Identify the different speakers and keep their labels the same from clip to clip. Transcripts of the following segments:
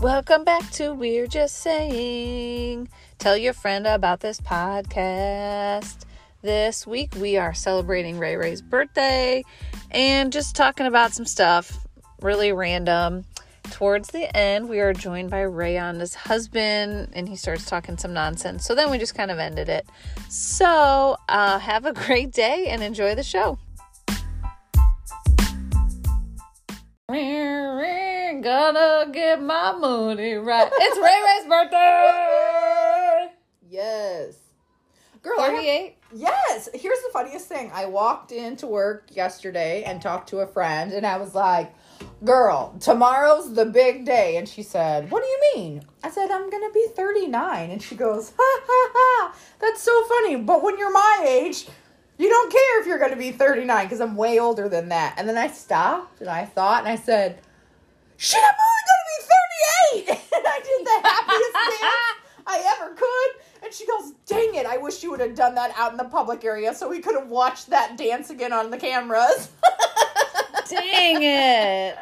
Speaker 1: Welcome back to We're Just Saying. Tell your friend about this podcast. This week we are celebrating Ray Ray's birthday and just talking about some stuff really random. Towards the end, we are joined by Rayon's husband and he starts talking some nonsense. So then we just kind of ended it. So uh, have a great day and enjoy the show. Ring, ring, Gonna get my moody right. It's Ray Ray's birthday.
Speaker 2: Yes. Girl, I have-
Speaker 1: Thirty-eight.
Speaker 2: yes. Here's the funniest thing. I walked into work yesterday and talked to a friend, and I was like, Girl, tomorrow's the big day. And she said, What do you mean? I said, I'm going to be 39. And she goes, Ha ha ha. That's so funny. But when you're my age, you don't care if you're going to be 39 because I'm way older than that. And then I stopped and I thought and I said, Shit, I'm only going to be 38. and I did the happiest dance I ever could. And she goes, Dang it, I wish you would have done that out in the public area so we could have watched that dance again on the cameras.
Speaker 1: Dang it.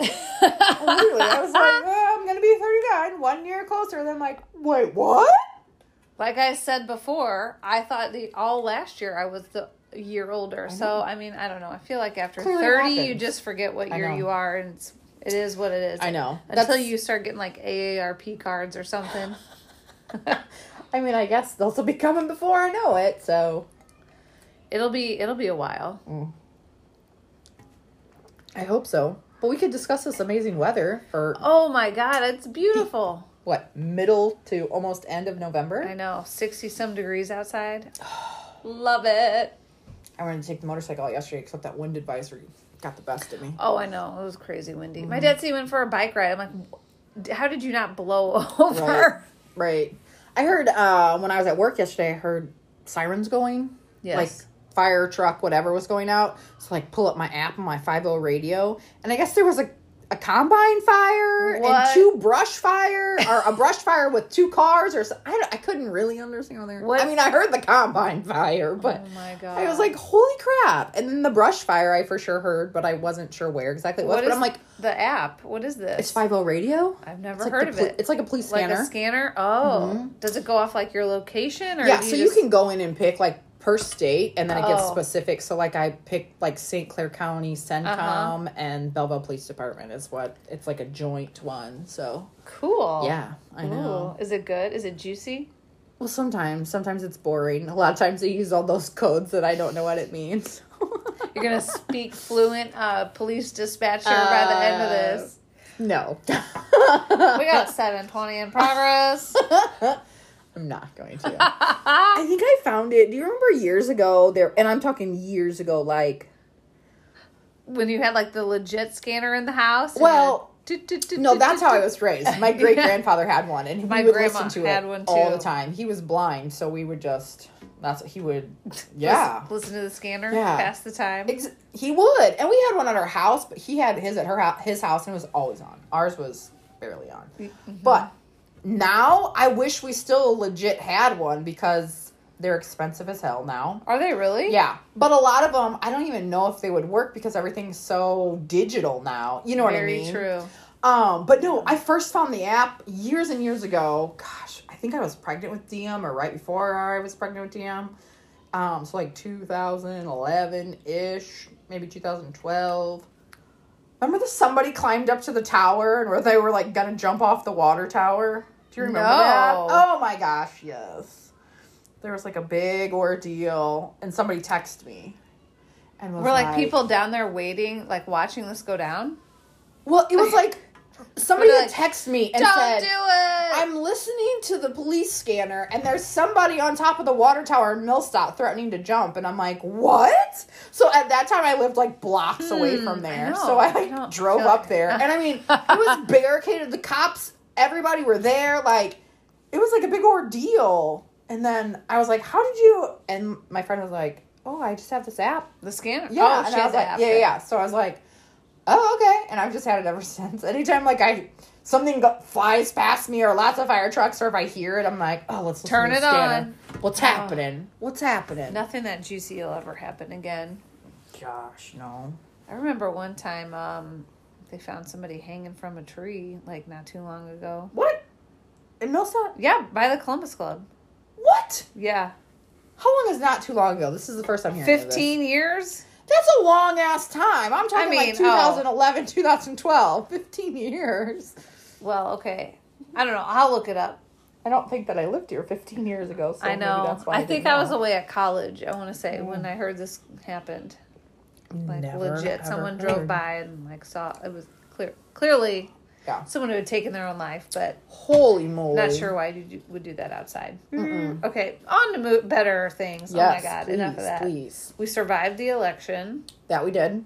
Speaker 2: Literally, Oh, I was like, well, I'm going to be 39, one year closer. And I'm like, Wait, what?
Speaker 1: Like I said before, I thought the all last year I was the year older. So I mean, I don't know. I feel like after
Speaker 2: Clearly
Speaker 1: thirty, you
Speaker 2: happens.
Speaker 1: just forget what
Speaker 2: I
Speaker 1: year
Speaker 2: know.
Speaker 1: you are, and it's, it is what it is.
Speaker 2: I know.
Speaker 1: Until
Speaker 2: That's-
Speaker 1: you start getting like AARP cards or something.
Speaker 2: I mean, I guess those will be coming before I know it, so.
Speaker 1: it'll be it'll be a while.
Speaker 2: Mm. I hope so. But we could discuss this amazing weather for
Speaker 1: Oh my god, it's beautiful.
Speaker 2: what middle to almost end of November.
Speaker 1: I know, sixty some degrees outside. Love it.
Speaker 2: I wanted to take the motorcycle out yesterday, except that wind advisory got the best of me.
Speaker 1: Oh, I know. It was crazy windy.
Speaker 2: Mm-hmm.
Speaker 1: My dad said he went for a bike ride. I'm like, how did you not blow over?
Speaker 2: Right. Right. I heard uh, when I was at work yesterday, I heard sirens going.
Speaker 1: Yes.
Speaker 2: Like fire truck, whatever was going out. So like pull up my app on my five O radio, and I guess there was a a combine fire
Speaker 1: What?
Speaker 2: and two brush fire or a brush fire with two cars or so, I, don't- I couldn't really understand there.
Speaker 1: What?
Speaker 2: I mean, I heard the combine fire, but
Speaker 1: Oh my god.
Speaker 2: I was like, holy crap. And then the brush fire I for sure heard, but I wasn't sure where exactly it was.
Speaker 1: What
Speaker 2: but
Speaker 1: is
Speaker 2: I'm like,
Speaker 1: the app? What is this?
Speaker 2: it's 50 radio?
Speaker 1: I've never
Speaker 2: It's like
Speaker 1: heard
Speaker 2: the
Speaker 1: of
Speaker 2: poli-
Speaker 1: it.
Speaker 2: It's like a police
Speaker 1: like
Speaker 2: scanner. Mm-hmm.
Speaker 1: a scanner. Oh, does it go off like your location or do
Speaker 2: yeah, so
Speaker 1: just-
Speaker 2: you can go in and pick like per state and then it gives
Speaker 1: Oh.
Speaker 2: specific. So like I picked like St. Clair County, CENTCOM,
Speaker 1: Uh-huh.
Speaker 2: and Belleville Police Department is what it's like a joint one. So
Speaker 1: cool.
Speaker 2: yeah, I know.
Speaker 1: Ooh. Is it good? Is it juicy?
Speaker 2: Well, sometimes, sometimes it's boring. A lot of times they use all those codes that I don't know what it means.
Speaker 1: You're gonna speak fluent uh, police dispatcher by the end of this.
Speaker 2: no. Uh,
Speaker 1: We got seven twenty in progress.
Speaker 2: I'm not going to. I think I found it. Do you remember years ago there and I'm talking years ago like
Speaker 1: when you had like the legit scanner in the house. and
Speaker 2: Well,
Speaker 1: then- do, do, do,
Speaker 2: No,
Speaker 1: do,
Speaker 2: that's
Speaker 1: do,
Speaker 2: how I
Speaker 1: do.
Speaker 2: was raised. My great grandfather had one and he
Speaker 1: My
Speaker 2: would
Speaker 1: grandma
Speaker 2: listen to
Speaker 1: had
Speaker 2: it
Speaker 1: one,
Speaker 2: all
Speaker 1: too.
Speaker 2: the time. He was blind, so we would just that's what he would Yeah.
Speaker 1: Lis- Listen to the scanner.
Speaker 2: Yeah.
Speaker 1: Pass the time.
Speaker 2: Ex- he would. And we had one at our house, but he had his at her house, his house and it was always on. Ours was barely on.
Speaker 1: Mm-hmm.
Speaker 2: But now I wish we still legit had one because they're expensive as hell now.
Speaker 1: Are they really?
Speaker 2: Yeah, but a lot of them, I don't even know if they would work because everything's so digital now. You know
Speaker 1: Very
Speaker 2: what I mean?
Speaker 1: true.
Speaker 2: Um, but no, I first found the app years and years ago. Gosh, I think I was pregnant with DM or right before I was pregnant with DM. Um, so like 2011 ish, maybe 2012. Remember the somebody climbed up to the tower and where they were like gonna jump off the water tower? Do you remember that?
Speaker 1: No.
Speaker 2: Oh my gosh, yes. There was like a big ordeal, and somebody texted me, and was
Speaker 1: Were like people down there waiting, like watching this go down.
Speaker 2: Well, it was like somebody
Speaker 1: Were they
Speaker 2: had texted me and
Speaker 1: Don't
Speaker 2: said,
Speaker 1: do it.
Speaker 2: I'm listening to the police scanner, and there's somebody on top of the water tower in Millstadt threatening to jump, and I'm like, what? So at that time, I lived like blocks away
Speaker 1: Hmm,
Speaker 2: from there,
Speaker 1: I know.
Speaker 2: so I
Speaker 1: I
Speaker 2: like
Speaker 1: don't
Speaker 2: drove
Speaker 1: feel-
Speaker 2: up there, and I mean, it was barricaded. The cops, everybody were there, like it was like a big ordeal. And then I was like, how did you? And my friend was like, oh, I just have this app
Speaker 1: the scanner.
Speaker 2: yeah,
Speaker 1: Oh,
Speaker 2: and
Speaker 1: she
Speaker 2: I
Speaker 1: had
Speaker 2: was
Speaker 1: the
Speaker 2: like,
Speaker 1: app
Speaker 2: yeah,
Speaker 1: then.
Speaker 2: yeah. So I was like, oh, okay. And I've just had it ever since. Anytime like I something go- flies past me or lots of fire trucks, or if I hear it, I'm like, oh, let's listen
Speaker 1: Turn
Speaker 2: to the
Speaker 1: it
Speaker 2: scanner.
Speaker 1: on.
Speaker 2: What's
Speaker 1: Oh.
Speaker 2: happening? What's happening?
Speaker 1: Nothing that juicy will ever happen again.
Speaker 2: Gosh, no.
Speaker 1: I remember one time um, They found somebody hanging from a tree like not too long ago.
Speaker 2: What? In Millsap?
Speaker 1: Yeah, by the Columbus Club.
Speaker 2: What?
Speaker 1: Yeah.
Speaker 2: How long is not too long ago? This is the first I'm hearing. of this.
Speaker 1: 15 years?
Speaker 2: That's a long ass time. I'm talking
Speaker 1: mean,
Speaker 2: like
Speaker 1: oh.
Speaker 2: 2011, 2012, 15 years.
Speaker 1: Well, okay. I don't know. I'll look it up.
Speaker 2: I don't think that I lived here 15 years ago. So
Speaker 1: I
Speaker 2: maybe
Speaker 1: know.
Speaker 2: that's why
Speaker 1: I, think
Speaker 2: didn't
Speaker 1: I was
Speaker 2: know.
Speaker 1: away at college, I want to say,
Speaker 2: Mm.
Speaker 1: when I heard this happened. Like
Speaker 2: Never,
Speaker 1: legit
Speaker 2: ever
Speaker 1: someone drove
Speaker 2: heard.
Speaker 1: by and like saw it was clear clearly
Speaker 2: Yeah.
Speaker 1: someone who had taken their own life, but
Speaker 2: Holy moly!
Speaker 1: not sure why you do, would do that outside. Okay, on to mo- better things. oh my
Speaker 2: Yes,
Speaker 1: god,
Speaker 2: please,
Speaker 1: enough of that.
Speaker 2: Please,
Speaker 1: We survived the election.
Speaker 2: that we did.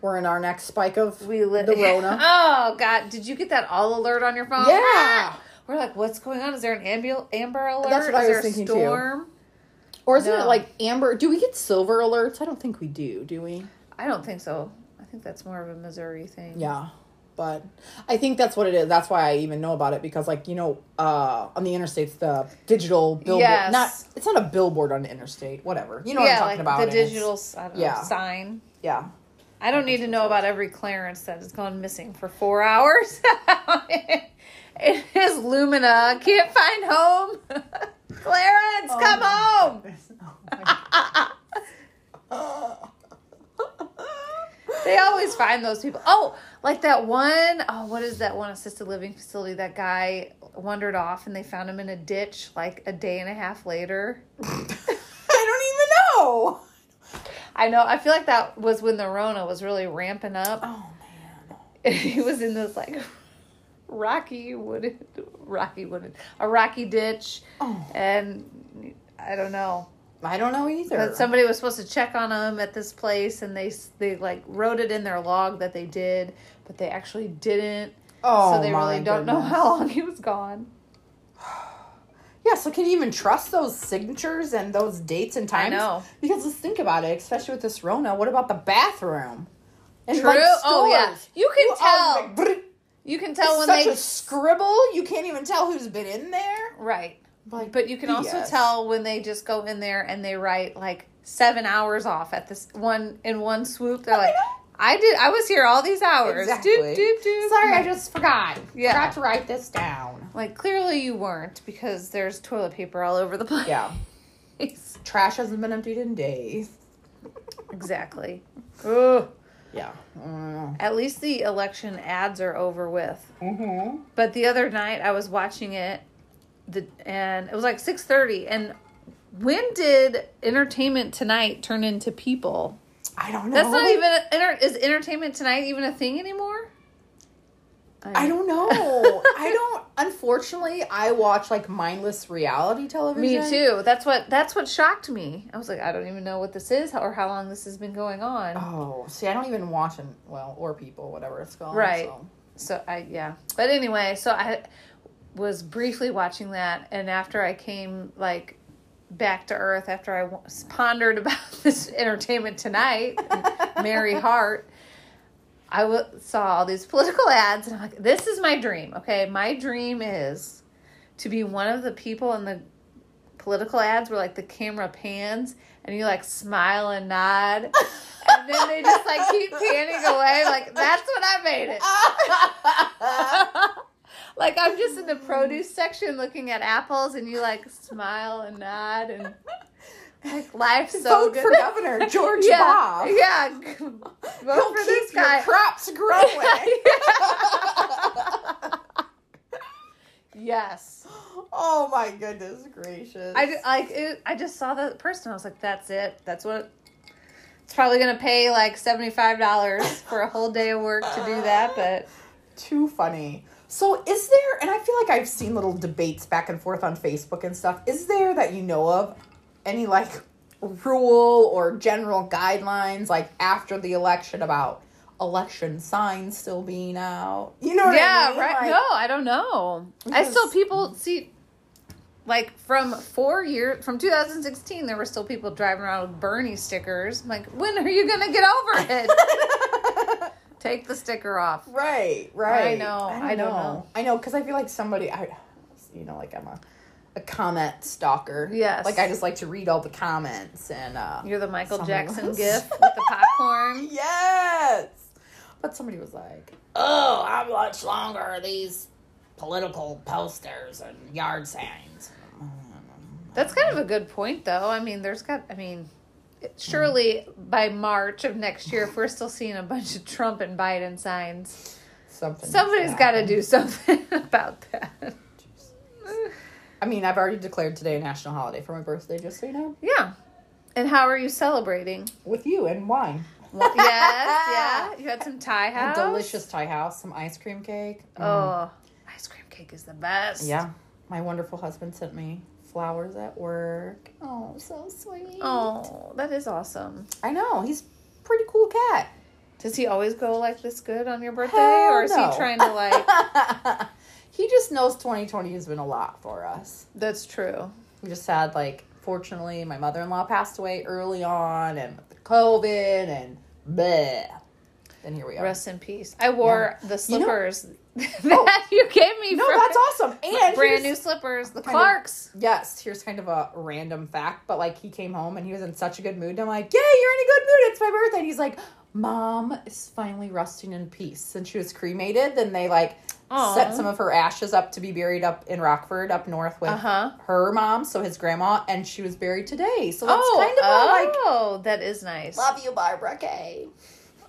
Speaker 2: We're in our next spike of
Speaker 1: We lit
Speaker 2: the Rona.
Speaker 1: oh god, did you get that all alert on your phone?
Speaker 2: Yeah.
Speaker 1: We're like, what's going on? Is there an ambul- amber alert?
Speaker 2: That's what I
Speaker 1: Is
Speaker 2: was
Speaker 1: there a
Speaker 2: thinking, too.
Speaker 1: storm?
Speaker 2: or isn't
Speaker 1: No.
Speaker 2: it like Amber? Do we get silver alerts? I don't think we do. Do we?
Speaker 1: I don't think so. I think that's more of a Missouri thing.
Speaker 2: Yeah. But I think that's what it is. That's why I even know about it because, like, you know, uh, on the interstates, the digital billboard.
Speaker 1: Yes.
Speaker 2: Not it's not a billboard on the interstate. Whatever. You know
Speaker 1: yeah,
Speaker 2: what I'm talking
Speaker 1: like
Speaker 2: about.
Speaker 1: the
Speaker 2: and it's-
Speaker 1: digital s- I don't know,
Speaker 2: yeah.
Speaker 1: sign.
Speaker 2: Yeah.
Speaker 1: I don't need to know about every clearance that has gone missing for four hours. it is Lumina. Can't find home. Clarence, come home. They always find those people. Oh, like that one, oh, what is that one assisted living facility? That guy wandered off and they found him in a ditch like a day and a half later.
Speaker 2: I don't even know.
Speaker 1: I know. I feel like that was when the Rona was really ramping up.
Speaker 2: Oh man.
Speaker 1: and he was in this like rocky wooded rocky wooded a rocky ditch
Speaker 2: Oh.
Speaker 1: and i don't know
Speaker 2: I don't know either.
Speaker 1: but somebody was supposed to check on him at this place and they they like wrote it in their log that they did but they actually didn't
Speaker 2: oh,
Speaker 1: so they really
Speaker 2: my
Speaker 1: don't know
Speaker 2: goodness.
Speaker 1: how long he was gone
Speaker 2: Yeah, so can you even trust those signatures and those dates and times?
Speaker 1: know.
Speaker 2: Because let's think about it, especially with this Rona. What about the bathroom? And
Speaker 1: True. Oh, yeah.
Speaker 2: stores.
Speaker 1: You can
Speaker 2: You are
Speaker 1: tell.
Speaker 2: like, brr.
Speaker 1: you can tell when
Speaker 2: such
Speaker 1: they
Speaker 2: a scribble. You can't even tell who's been in there.
Speaker 1: right
Speaker 2: Like,
Speaker 1: but you can also
Speaker 2: BS.
Speaker 1: tell when they just go in there and they write like seven hours off at this one in one swoop they're like
Speaker 2: know.
Speaker 1: i did i was here all these hours
Speaker 2: Oh Exactly.
Speaker 1: doop, doop, doop.
Speaker 2: Sorry, I just forgot.
Speaker 1: Yeah.
Speaker 2: Forgot to write this down.
Speaker 1: like clearly you weren't because there's toilet paper all over the place
Speaker 2: Yeah. Trash hasn't been emptied in days.
Speaker 1: exactly Ugh.
Speaker 2: Yeah. Mm.
Speaker 1: at least the election ads are over with
Speaker 2: Mm-hmm.
Speaker 1: But the other night I was watching it, the and it was like six thirty. And when did Entertainment Tonight turn into People?
Speaker 2: I don't know.
Speaker 1: That's not even enter, is Entertainment Tonight even a thing anymore?
Speaker 2: I don't know. I don't. Unfortunately, I watch like mindless reality
Speaker 1: Me
Speaker 2: television.
Speaker 1: too. That's what that's what shocked me. I was like, I don't even know what this is or how long this has been going on.
Speaker 2: Oh, see, I don't even watch and well, or people, whatever it's called.
Speaker 1: Right.
Speaker 2: so.
Speaker 1: So I yeah. But anyway, so I was briefly watching that, and after I came like back to earth, after I wa- pondered about this entertainment tonight, and Mary Hart. I w- saw all these political ads, and I'm like, this is my dream. Okay, my dream is to be one of the people in the political ads where like the camera pans and you like smile and nod, and then they just like keep panning away. Like that's what I made
Speaker 2: Oh,
Speaker 1: it. like I'm just in the produce section looking at apples, and you like smile and nod, and like life's so
Speaker 2: Vote
Speaker 1: good.
Speaker 2: for governor George
Speaker 1: yeah,
Speaker 2: Bob.
Speaker 1: yeah. Vote
Speaker 2: He'll
Speaker 1: for
Speaker 2: keep
Speaker 1: this
Speaker 2: your
Speaker 1: guy.
Speaker 2: crops growing.
Speaker 1: yes.
Speaker 2: oh my goodness gracious!
Speaker 1: I ju- like it, I just saw that person. I was like, that's it. That's what. It's probably gonna pay like seventy five dollars for a whole day of work to do that, but
Speaker 2: too funny. So is there? And I feel like I've seen little debates back and forth on Facebook and stuff. Is there that you know of any like rule or general guidelines like after the election about election signs still being out? You know what I
Speaker 1: yeah,
Speaker 2: mean?
Speaker 1: right.
Speaker 2: Like,
Speaker 1: no, I don't know. I
Speaker 2: Because-
Speaker 1: still people see, like from four years from 2016, there were still people driving around with Bernie stickers. I'm like, when are you gonna get over it? Take the sticker off.
Speaker 2: Right, right.
Speaker 1: know,
Speaker 2: don't
Speaker 1: I don't know.
Speaker 2: I know because I feel like somebody, I, you know, like I'm a, a comment stalker.
Speaker 1: Yes.
Speaker 2: Like I just like to read all the comments and. uh
Speaker 1: You're the Michael
Speaker 2: Someone
Speaker 1: Jackson
Speaker 2: was.
Speaker 1: gif with the popcorn.
Speaker 2: Yes. But somebody was like,
Speaker 3: oh, how much longer are these political posters and yard signs?
Speaker 1: That's kind of a good point, though. I mean, there's got, I mean, surely by March of next year, if we're still seeing a bunch of Trump and Biden signs,
Speaker 2: something.
Speaker 1: somebody's got to do something about that.
Speaker 2: I mean, I've already declared today a national holiday for my birthday, just so you know.
Speaker 1: Yeah. And how are you celebrating?
Speaker 2: With you and wine.
Speaker 1: yes, yeah. You had some Thai house.
Speaker 2: A delicious Thai house, some ice cream cake.
Speaker 1: Oh, ice cream cake is the best.
Speaker 2: Yeah. My wonderful husband sent me flowers at work. Oh, so sweet.
Speaker 1: Oh, that is awesome.
Speaker 2: I know. He's a pretty cool cat.
Speaker 1: Does he always go like this good on your birthday,
Speaker 2: Hell
Speaker 1: or is
Speaker 2: no.
Speaker 1: he trying to like?
Speaker 2: he just knows 2020 has been a lot for us.
Speaker 1: That's true.
Speaker 2: We just had like fortunately my mother-in-law passed away early on and with the COVID and bleh. Then here we are.
Speaker 1: Rest in peace. I wore the
Speaker 2: You know- Oh.
Speaker 1: slippers that you gave me.
Speaker 2: no,
Speaker 1: for-
Speaker 2: that's awesome. And
Speaker 1: brand
Speaker 2: here's-
Speaker 1: new slippers, the
Speaker 2: Kind of-
Speaker 1: Clarks.
Speaker 2: Yes, here's kind of a random fact, but like he came home and he was in such a good mood. And I'm like, Yay, you're in a good mood. It's my birthday. And he's like, Mom is finally resting in peace. Since she was cremated, then they like
Speaker 1: Aw.
Speaker 2: set some of her ashes up to be buried up in Rockford, up north with
Speaker 1: Uh-huh.
Speaker 2: her mom, so his grandma, and she was buried today. So that's kind of a like,
Speaker 1: oh, that is nice.
Speaker 2: Love you, Barbara Kay.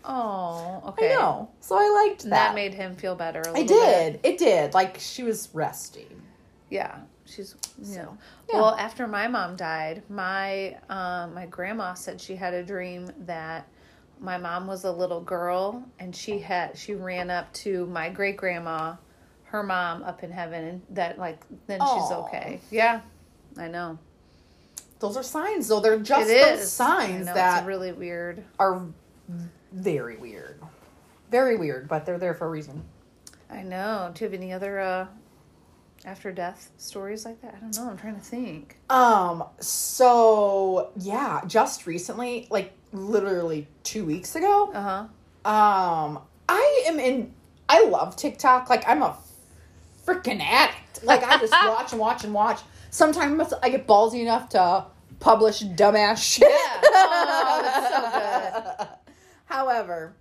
Speaker 1: Oh,
Speaker 2: I
Speaker 1: okay.
Speaker 2: know. So I liked that.
Speaker 1: And that made him feel better. A
Speaker 2: I
Speaker 1: little bit.
Speaker 2: did. It did. Like she was resting.
Speaker 1: Yeah, she's you know.
Speaker 2: yeah.
Speaker 1: Well, after my mom died, my um, my grandma said she had a dream that my mom was a little girl and she had she ran up to my great grandma, her mom up in heaven, and that like then she's
Speaker 2: Aw.
Speaker 1: okay. Yeah, I know.
Speaker 2: Those are signs, though. They're just
Speaker 1: It is
Speaker 2: those
Speaker 1: I
Speaker 2: signs
Speaker 1: know,
Speaker 2: that
Speaker 1: it's really weird.
Speaker 2: are very weird. Very weird, but they're there for a reason.
Speaker 1: I know. Do you have any other uh, after death stories like that? I don't know. I'm trying to think.
Speaker 2: Um, so yeah, just recently, like literally two weeks ago,
Speaker 1: Uh huh.
Speaker 2: um, I am in I love TikTok. Like I'm a freaking addict. Like I just watch and watch and watch. Sometimes I get ballsy enough to publish dumbass shit.
Speaker 1: Yeah. Oh, that's so good.
Speaker 2: However,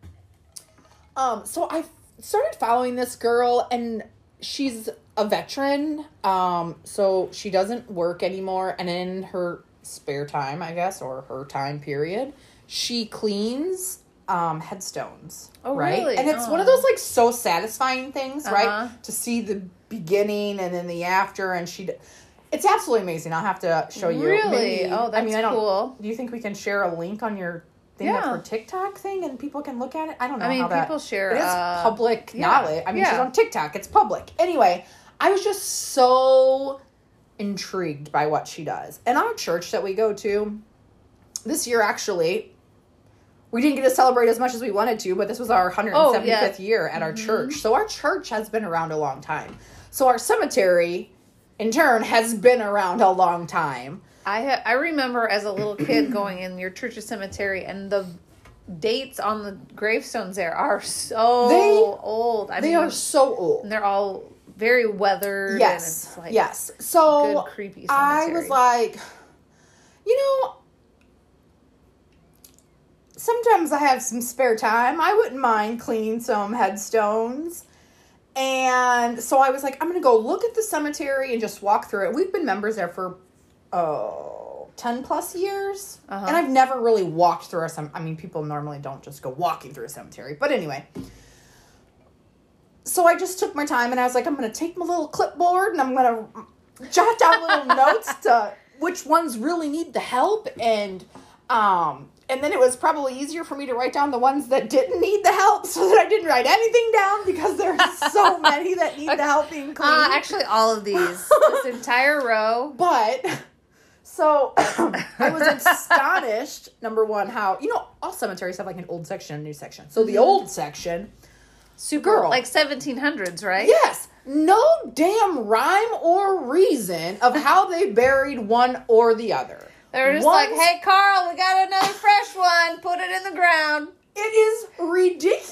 Speaker 2: um, so I started following this girl, and she's a veteran. Um, so she doesn't work anymore, and in her spare time, I guess, or her time period, she cleans um headstones.
Speaker 1: Oh,
Speaker 2: right?
Speaker 1: really?
Speaker 2: And it's one of
Speaker 1: Oh.
Speaker 2: those like so satisfying things,
Speaker 1: Uh-huh.
Speaker 2: right? To see the beginning and then the after, and she. d- It's absolutely amazing. I'll have to show you.
Speaker 1: Really?
Speaker 2: Maybe-
Speaker 1: Oh,
Speaker 2: I mean,
Speaker 1: that's
Speaker 2: I don't,
Speaker 1: cool.
Speaker 2: Do you think we can share a link on your thing
Speaker 1: Yeah.
Speaker 2: of her TikTok thing and people can look at it? I don't know.
Speaker 1: I mean,
Speaker 2: how that-
Speaker 1: people share,
Speaker 2: It is
Speaker 1: uh,
Speaker 2: public
Speaker 1: yeah,
Speaker 2: knowledge. I mean, she's
Speaker 1: yeah.
Speaker 2: on TikTok. It's public. Anyway, I was just so intrigued by what she does. And our church that we go to this year, actually, we didn't get to celebrate as much as we wanted to, but this was our 175th
Speaker 1: Oh, yeah. Mm-hmm.
Speaker 2: year at our church. So our church has been around a long time. So our cemetery, in turn, has been around a long time.
Speaker 1: I ha- I remember as a little kid going in your church's cemetery and the dates on the gravestones there are so
Speaker 2: They-
Speaker 1: old. I
Speaker 2: They
Speaker 1: mean,
Speaker 2: are so old.
Speaker 1: and they're all very weathered.
Speaker 2: Yes.
Speaker 1: and it's like,
Speaker 2: yes. So
Speaker 1: good, creepy
Speaker 2: I
Speaker 1: cemetery.
Speaker 2: was like, you know, sometimes I have some spare time. I wouldn't mind cleaning some headstones. And so I was like, I'm going to go look at the cemetery and just walk through it. We've been members there for, oh, 10 plus years.
Speaker 1: Uh-huh.
Speaker 2: And I've never really walked through a cemetery. I mean, people normally don't just go walking through a cemetery. But anyway so I just took my time and I was like, I'm gonna take my little clipboard and I'm gonna jot down little notes to which ones really need the help and um and then it was probably easier for me to write down the ones that didn't need the help so that I didn't write anything down because there's so many that need the help being cleaned.
Speaker 1: Uh, actually, all of these, this entire row.
Speaker 2: But so I was astonished. Number one, how you know all cemeteries have like an old section and a new section. So the old section, super girl,
Speaker 1: Mm-hmm. Like 1700s, right?
Speaker 2: Yes. No damn rhyme or reason of how they buried one or the other.
Speaker 1: They were just
Speaker 2: One's-
Speaker 1: like, hey, Carl, we got another fresh one. Put it in the ground.
Speaker 2: It is ridiculous.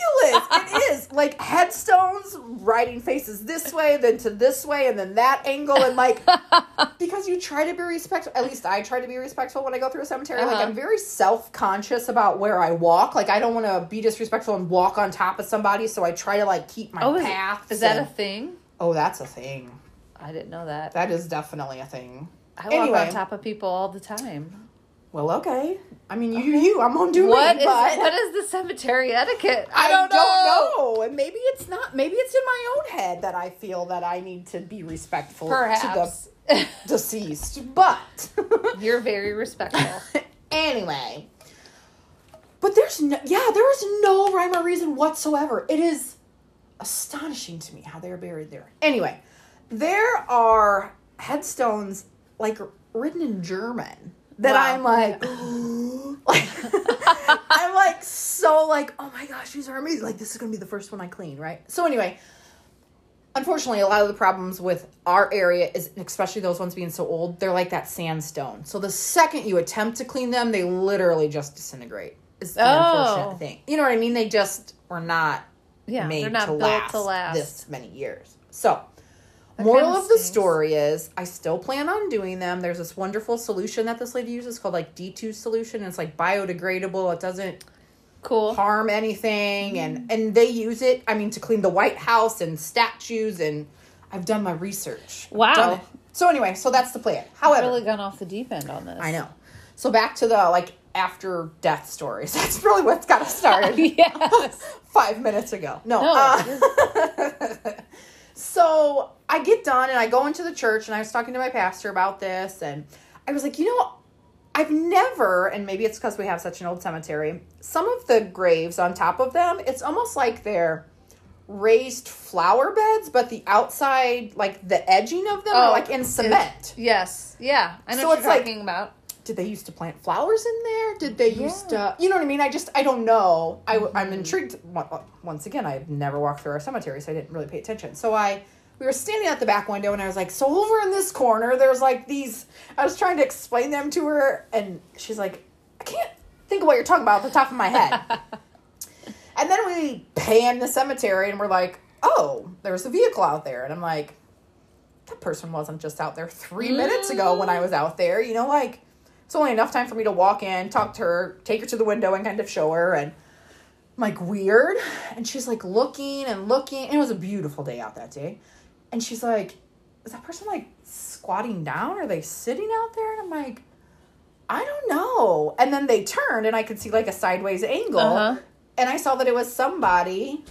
Speaker 2: it is like headstones writing faces this way, then to this way, and then that angle, and like because you try to be respectful. At least I try to be respectful when I go through a cemetery. Like
Speaker 1: Uh-huh.
Speaker 2: I'm very self conscious about where I walk. Like I don't want to be disrespectful and walk on top of somebody, so I try to like keep my
Speaker 1: Oh, is,
Speaker 2: path.
Speaker 1: is that a
Speaker 2: and-
Speaker 1: thing?
Speaker 2: oh, that's a thing.
Speaker 1: I didn't know that.
Speaker 2: That is definitely a thing.
Speaker 1: I walk
Speaker 2: anyway.
Speaker 1: on top of people all the time.
Speaker 2: Well, okay. I mean, you do you. I'm gonna do
Speaker 1: What
Speaker 2: me,
Speaker 1: is
Speaker 2: but-
Speaker 1: what is the cemetery etiquette?
Speaker 2: I don't, know. And maybe it's not. Maybe it's in my own head that I feel that I need to be respectful
Speaker 1: Perhaps
Speaker 2: to the deceased. But
Speaker 1: you're very respectful.
Speaker 2: anyway, but there's no. Yeah, there is no rhyme or reason whatsoever. It is astonishing to me how they're buried there. Anyway, there are headstones like written in German that
Speaker 1: Wow.
Speaker 2: I'm like, like I'm like so like, oh my gosh, these are amazing. Like this is gonna be the first one I clean, right? So anyway, unfortunately, a lot of the problems with our area is especially those ones being so old, they're like that sandstone. So the second you attempt to clean them, they literally just disintegrate. Is the
Speaker 1: Oh.
Speaker 2: unfortunate thing. You know what I mean? They just were not
Speaker 1: Yeah,
Speaker 2: made
Speaker 1: they're not
Speaker 2: to,
Speaker 1: built
Speaker 2: last
Speaker 1: to last.
Speaker 2: this many years. So,
Speaker 1: That
Speaker 2: moral
Speaker 1: kinda
Speaker 2: of the
Speaker 1: stinks.
Speaker 2: story is I still plan on doing them. There's this wonderful solution that this lady uses called like D2 solution. And it's like biodegradable. It doesn't
Speaker 1: Cool.
Speaker 2: harm anything and
Speaker 1: Mm-hmm.
Speaker 2: and they use it, I mean, to clean the White House and statues and I've done my research. I've
Speaker 1: Wow.
Speaker 2: done it. So anyway, so that's the plan. However,
Speaker 1: really gone off the deep end on this.
Speaker 2: I know. So back to the like after death stories. That's really what's got us started
Speaker 1: yes.
Speaker 2: five minutes ago. No.
Speaker 1: No.
Speaker 2: uh, so I get done and I go into the church and I was talking to my pastor about this and I was like, you know, I've never, and maybe it's because we have such an old cemetery, some of the graves on top of them, it's almost like they're raised flower beds, but the outside, like the edging of them, are
Speaker 1: Oh,
Speaker 2: like in
Speaker 1: it-
Speaker 2: cement.
Speaker 1: Yes. Yeah. I know
Speaker 2: So
Speaker 1: what
Speaker 2: it's
Speaker 1: you're
Speaker 2: like-
Speaker 1: talking about.
Speaker 2: Did they used to plant flowers in there? Did they used
Speaker 1: Yeah.
Speaker 2: to, you know what I mean? I just, I don't know. I, am intrigued. Mo- Once again, I've never walked through our cemetery, so I didn't really pay attention. So I, we were standing at the back window and I was like, so over in this corner, there's like these, I was trying to explain them to her and she's like, I can't think of what you're talking about off the top of my head. And then we pan the cemetery and we're like, oh, there's a vehicle out there. And I'm like, that person wasn't just out there three minutes ago when I was out there. You know, like, it's only enough time for me to walk in, talk to her, take her to the window and kind of show her. And I'm like, weird. And she's like looking and looking. And it was a beautiful day out that day. And she's like, is that person like squatting down? Are they sitting out there? And I'm like, I don't know. And then they turned and I could see like a sideways angle.
Speaker 1: Uh-huh.
Speaker 2: And I saw that it was somebody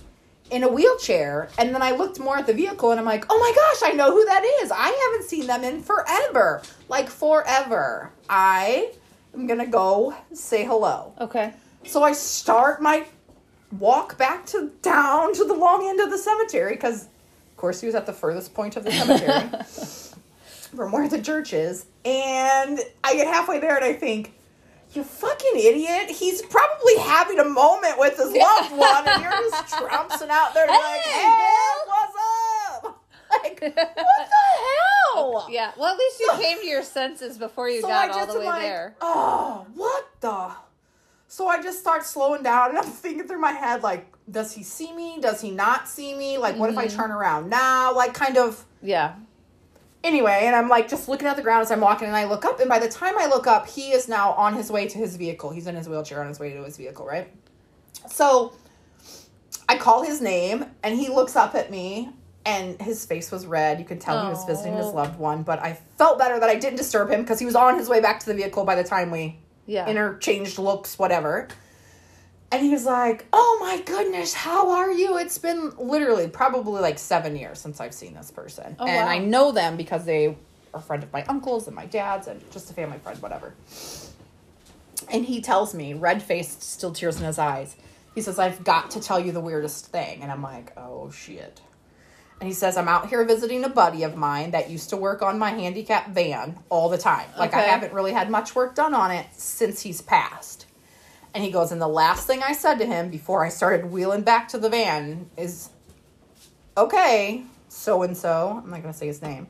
Speaker 2: in a wheelchair. And then I looked more at the vehicle and I'm like, oh my gosh, I know who that is. I haven't seen them in forever. Like forever. I am going to go say hello.
Speaker 1: Okay.
Speaker 2: So I start my walk back to down to the long end of the cemetery because, of course, he was at the furthest point of the cemetery from where the church is. And I get halfway there and I think, you fucking idiot. He's probably having a moment with his loved one and you're just trouncing out there like,
Speaker 1: Hey,
Speaker 2: hey, what's up? Like, what the hell?
Speaker 1: Yeah. Well, at least you came to your senses before you got all the
Speaker 2: am
Speaker 1: way there.
Speaker 2: Oh, what the? So I just start slowing down and I'm thinking through my head, like, does he see me? Does he not see me? Like, what
Speaker 1: Mm-hmm.
Speaker 2: if I turn around now? Like, kind of.
Speaker 1: Yeah.
Speaker 2: Anyway, and I'm like just looking at the ground as I'm walking and I look up. And by the time I look up, he is now on his way to his vehicle. He's in his wheelchair on his way to his vehicle, right? So I call his name and he looks up at me and his face was red. You could tell he was visiting his
Speaker 1: Oh.
Speaker 2: loved one, but I felt better that I didn't disturb him because he was on his way back to the vehicle by the time we
Speaker 1: Yeah.
Speaker 2: interchanged looks, whatever. And he was like, Oh my goodness, how are you? It's been literally probably like seven years since I've seen this person.
Speaker 1: Oh,
Speaker 2: and
Speaker 1: wow.
Speaker 2: I know them because they are a friend of my uncle's and my dad's and just a family friend, whatever. And he tells me, red faced, still tears in his eyes, he says, I've got to tell you the weirdest thing. And I'm like, Oh shit. And he says, I'm out here visiting a buddy of mine that used to work on my handicap van all the time. Like, I
Speaker 1: Okay.
Speaker 2: haven't really had much work done on it since he's passed. And he goes, and the last thing I said to him before I started wheeling back to the van is, okay, so and so, I'm not going to say his name.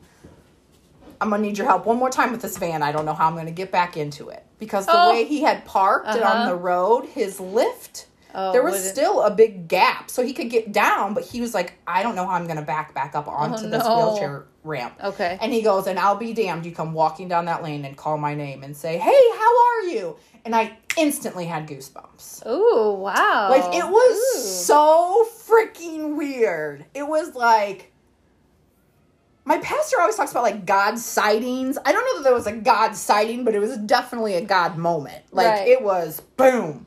Speaker 2: I'm going to need your help one more time with this van. I don't know how I'm going to get back into it. Because the
Speaker 1: Oh.
Speaker 2: way he had parked it
Speaker 1: Uh-huh.
Speaker 2: on the road, his lift
Speaker 1: Oh,
Speaker 2: there was
Speaker 1: would it-
Speaker 2: still a big gap, so he could get down, but he was like, "I don't know how I'm going to back back up onto this
Speaker 1: Oh, no.
Speaker 2: wheelchair ramp."
Speaker 1: Okay.
Speaker 2: And he goes, "And I'll be damned, you come walking down that lane and call my name and say, "Hey, how are you?" And I instantly had goosebumps.
Speaker 1: Ooh, wow.
Speaker 2: Like it was
Speaker 1: Oh, Ooh.
Speaker 2: so freaking weird. It was like my pastor always talks about like God sightings. I don't know that there was a God sighting, but it was definitely a God moment. Like
Speaker 1: Right.
Speaker 2: it was boom.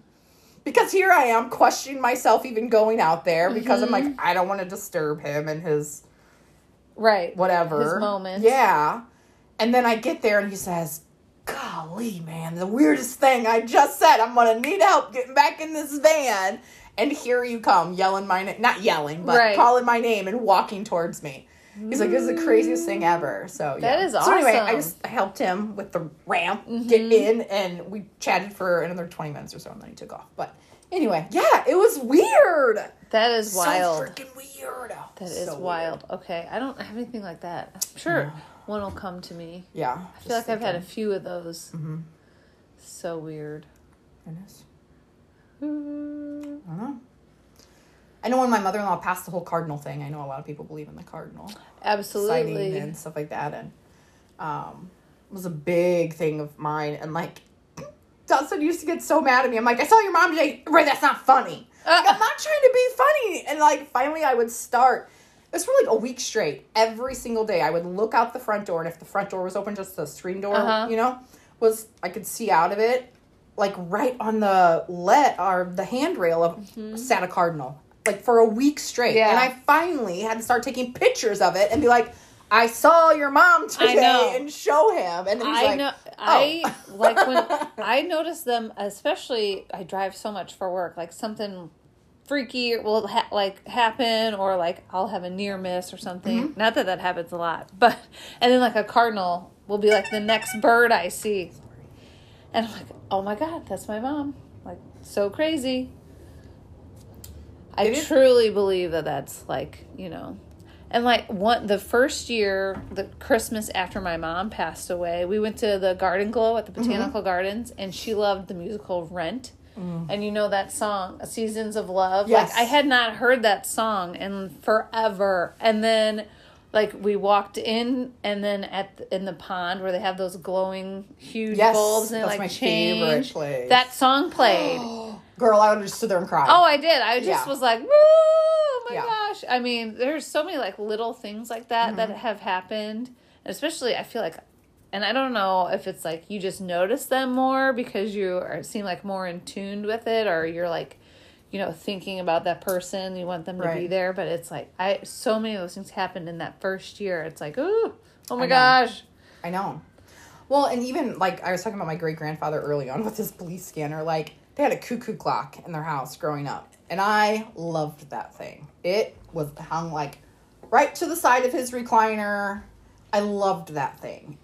Speaker 2: Because here I am questioning myself even going out there because I'm
Speaker 1: Mm-hmm.
Speaker 2: like I don't want to disturb him and his
Speaker 1: right.
Speaker 2: whatever
Speaker 1: His moments.
Speaker 2: Yeah. And then I get there and he says, Golly, man, the weirdest thing I just said. I'm gonna need help getting back in this van. And here you come, yelling my name not yelling, but
Speaker 1: Right.
Speaker 2: calling my name and walking towards me. He's like, This is the craziest thing ever. So
Speaker 1: Mm. That
Speaker 2: yeah.
Speaker 1: is
Speaker 2: So anyway, I
Speaker 1: awesome. Mm-hmm.
Speaker 2: just I helped him with the ramp get in and we chatted for another twenty minutes or so and then he took off. But anyway, yeah, it was weird.
Speaker 1: That is wild.
Speaker 2: So freaking weird. Oh,
Speaker 1: that is
Speaker 2: So
Speaker 1: wild. Okay. I don't have anything like that. I'm sure one will come to me.
Speaker 2: weird. Yeah.
Speaker 1: I feel like I've had a few of those.
Speaker 2: Mm-hmm.
Speaker 1: So weird. Mm.
Speaker 2: I don't know. I know when my mother in law passed the whole cardinal thing, I know a lot of people believe in the cardinal sighting
Speaker 1: Absolutely.
Speaker 2: and stuff like that. And um, it was a big thing of mine. And like, Dustin used to get so mad at me. I'm like, I saw your mom today. Ray, that's not funny. Like, I'm not trying to be funny. And like, finally, I would start. It was for like a week straight. Every single day, I would look out the front door. And if the front door was open, just the screen door,
Speaker 1: Uh-huh.
Speaker 2: you know, was I could see out of it. Like right on the let or the handrail of sat a cardinal, like for a week straight,
Speaker 1: Mm-hmm. Yeah.
Speaker 2: and I finally had to start taking pictures of it and be like, "I saw your mom
Speaker 1: know.
Speaker 2: today," and show him. And he's
Speaker 1: I
Speaker 2: like, "Oh,
Speaker 1: know. I like when I notice them, especially. I drive so much for work. Like something freaky will ha- like happen, or like I'll have a near miss or something.
Speaker 2: Mm-hmm.
Speaker 1: Not that that happens a lot, but and then like a cardinal will be like the next bird I see, and I'm like, oh my god, that's my mom. Like so crazy. I
Speaker 2: It is-
Speaker 1: truly believe that that's like you know and like one, the first year, the Christmas after my mom passed away, we went to the Garden Glow at the
Speaker 2: Mm-hmm.
Speaker 1: Botanical Gardens, and she loved the musical Rent. And you know that song, Seasons of Love.
Speaker 2: Mm. Yes.
Speaker 1: Like I had not heard that song in forever. And then, like we walked in, and then at the, in the pond where they have those glowing huge
Speaker 2: Yes,
Speaker 1: bulbs, and they,
Speaker 2: that's
Speaker 1: like
Speaker 2: my favorite
Speaker 1: change.
Speaker 2: place. Oh,
Speaker 1: That song played.
Speaker 2: "Girl, I would have just stood there and cried."
Speaker 1: Oh, I did. I just
Speaker 2: Yeah.
Speaker 1: was like, "Woo, oh my
Speaker 2: Yeah.
Speaker 1: gosh. I mean, there's so many like little things like that
Speaker 2: Mm-hmm.
Speaker 1: that have happened. And especially, I feel like, and I don't know if it's like you just notice them more because you are seem like more in tune with it or you're like, you know, thinking about that person. You want them to be
Speaker 2: Right.
Speaker 1: there. But it's like, I, so many of those things happened in that first year. It's like, ooh, oh my gosh.
Speaker 2: I know. Well, and even like I was talking about my great grandfather early on with his police scanner, like they had a cuckoo clock in their house growing up. And I loved that thing. It was hung like right to the side of his recliner. I loved that thing.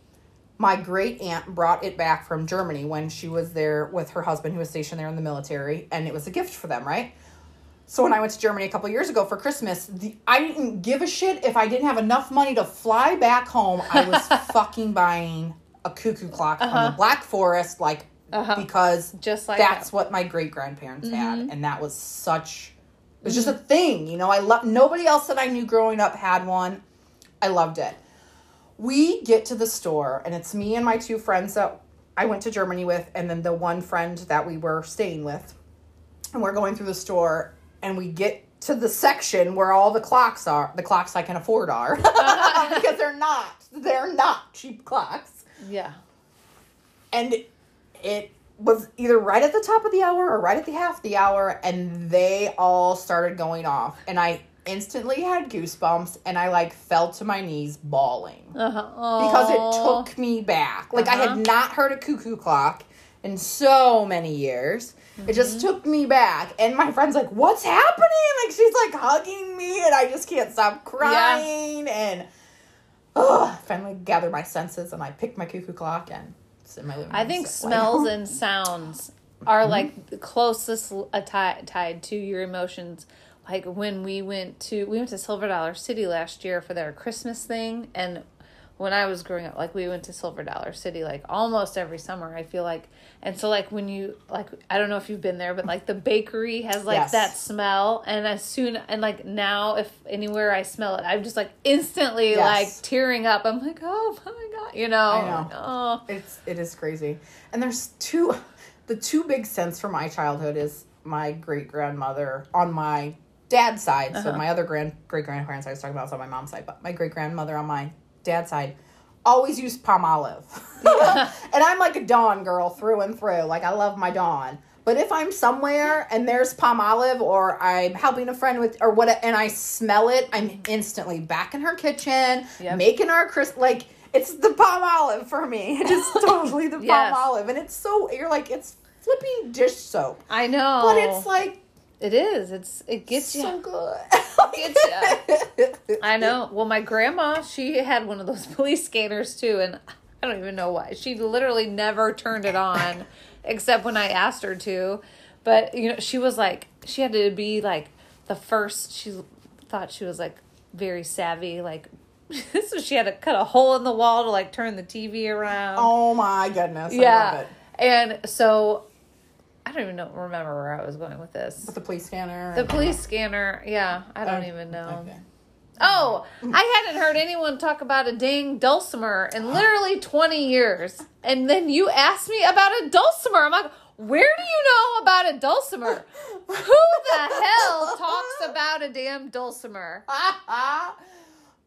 Speaker 2: My great aunt brought it back from Germany when she was there with her husband who was stationed there in the military, and it was a gift for them, right? So when I went to Germany a couple years ago for Christmas, the, I didn't give a shit if I didn't have enough money to fly back home. I was fucking buying a cuckoo clock on the Black Forest, like because
Speaker 1: Uh-huh. Just like that.
Speaker 2: that's
Speaker 1: Mm-hmm.
Speaker 2: what my great grandparents had, and that was such. It was just a thing, you know. I love nobody else that I knew growing up had one. I loved it. We get to the store, and it's me and my two friends that I went to Germany with, and then the one friend that we were staying with and we're going through the store and we get to the section where all the clocks are the clocks i can afford are because they're not they're not cheap clocks
Speaker 1: Yeah.
Speaker 2: and it was either right at the top of the hour or right at the half the hour and they all started going off and i instantly had goosebumps and i like fell to my knees bawling
Speaker 1: Uh-huh.
Speaker 2: because
Speaker 1: Aw.
Speaker 2: it took me back. Like I
Speaker 1: Uh-huh.
Speaker 2: had not heard a cuckoo clock in so many years. It just
Speaker 1: Mm-hmm.
Speaker 2: took me back, and my friend's like, "What's happening?" Like she's like hugging me, and I just can't stop crying. And oh, finally gathered my senses, and I picked my cuckoo clock and it's in my living room.
Speaker 1: I think
Speaker 2: so, like,
Speaker 1: smells and sounds are like the closest l- a ti- tied to your emotions. Like when we went to we went to Silver Dollar City last year for their Christmas thing, and when I was growing up, like we went to Silver Dollar City like almost every summer, I feel like. And so like when you like I don't know if you've been there, but like the bakery has like
Speaker 2: Yes.
Speaker 1: that smell and as soon and like now if anywhere I smell it, I'm just like instantly
Speaker 2: Yes.
Speaker 1: like tearing up. I'm like, "Oh my god." You know.
Speaker 2: I know.
Speaker 1: Oh.
Speaker 2: It's it is crazy. And there's two the two big scents from my childhood is my great grandmother on my dad's side. So my other grand great grandparents I was talking about is on my mom's side, but my great grandmother on my dad's side always used palm olive. and I'm like a Dawn girl through and through. Like I love my Dawn. But if I'm somewhere and there's palm olive or I'm helping a friend with or what and I smell it, I'm instantly back in her kitchen,
Speaker 1: Yep.
Speaker 2: making our crisp like it's the palm olive for me. It is totally the
Speaker 1: Yes.
Speaker 2: palm olive. And it's so you're like it's flipping dish soap.
Speaker 1: I know.
Speaker 2: But it's like
Speaker 1: It is. Oh. It's it gets you.
Speaker 2: so good.
Speaker 1: Gets I know. Well, my grandma, she had one of those police scanners too, and I don't even know why. She literally never turned it on, except when I asked her to. But you know, she was like, she had to be like the first. She thought she was like very savvy, like so she had to cut a hole in the wall to like turn the TV around
Speaker 2: Oh my goodness. I love
Speaker 1: yeah
Speaker 2: it.
Speaker 1: and so i don't even know, remember where i was going with this
Speaker 2: With the police scanner.
Speaker 1: the police scanner yeah i don't
Speaker 2: Oh,
Speaker 1: even know
Speaker 2: okay.
Speaker 1: oh i hadn't heard anyone talk about a dang dulcimer in literally 20 years and then you asked me about a dulcimer i'm like where do you know about a dulcimer who the hell talks about a damn dulcimer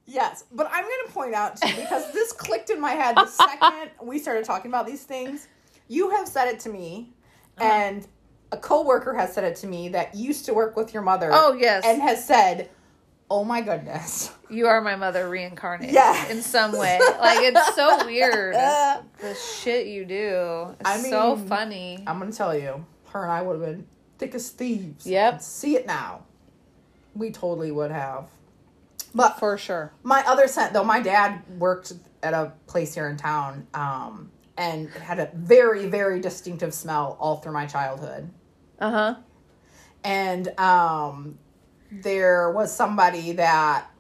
Speaker 2: yes, but I'm going to point out too because this clicked in my head the second we started talking about these things. You have said it to me,
Speaker 1: Uh-huh.
Speaker 2: and a coworker has said it to me that used to work with your mother.
Speaker 1: Oh, yes.
Speaker 2: and has said, "Oh my goodness."
Speaker 1: you are my mother reincarnated
Speaker 2: Yes.
Speaker 1: in some way like it's so weird the shit you do it's
Speaker 2: I
Speaker 1: so
Speaker 2: mean,
Speaker 1: funny
Speaker 2: I'm going to tell you, her and I would have been thick as thieves.
Speaker 1: Yep.
Speaker 2: See it now. We totally would have. But
Speaker 1: For sure.
Speaker 2: my other scent though my dad worked at a place here in town um, and had a very very distinctive smell all through my childhood
Speaker 1: Uh huh.
Speaker 2: and um, there was somebody that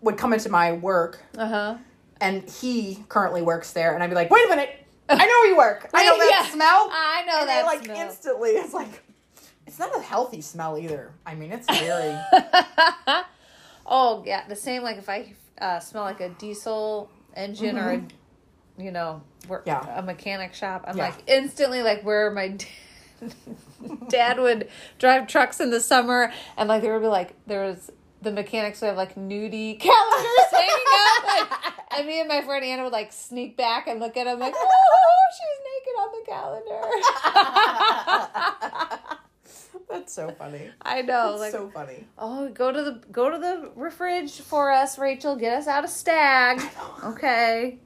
Speaker 2: would come into my work
Speaker 1: Uh huh.
Speaker 2: and he currently works there and i'd be like wait a minute i know where you work i know that smell
Speaker 1: Uh, I know
Speaker 2: and
Speaker 1: that
Speaker 2: then, like
Speaker 1: smell.
Speaker 2: instantly it's like it's not a healthy smell either i mean it's very
Speaker 1: oh yeah, the same. Like if I uh, smell like a diesel engine or a, you know, work,
Speaker 2: Mm-hmm. Yeah.
Speaker 1: a mechanic shop, I'm
Speaker 2: Yeah.
Speaker 1: like instantly like where my. d- Dad would drive trucks in the summer, and like there would be like there was the mechanics would have like nudie calendars hanging up. Like, and me and my friend Anna would like sneak back and look at them like, oh, she's naked on the calendar.
Speaker 2: that's so funny
Speaker 1: I know,
Speaker 2: that's
Speaker 1: like
Speaker 2: so funny
Speaker 1: Oh, go to the go to the refridge for us, Rachel. Get us out of stag. Okay.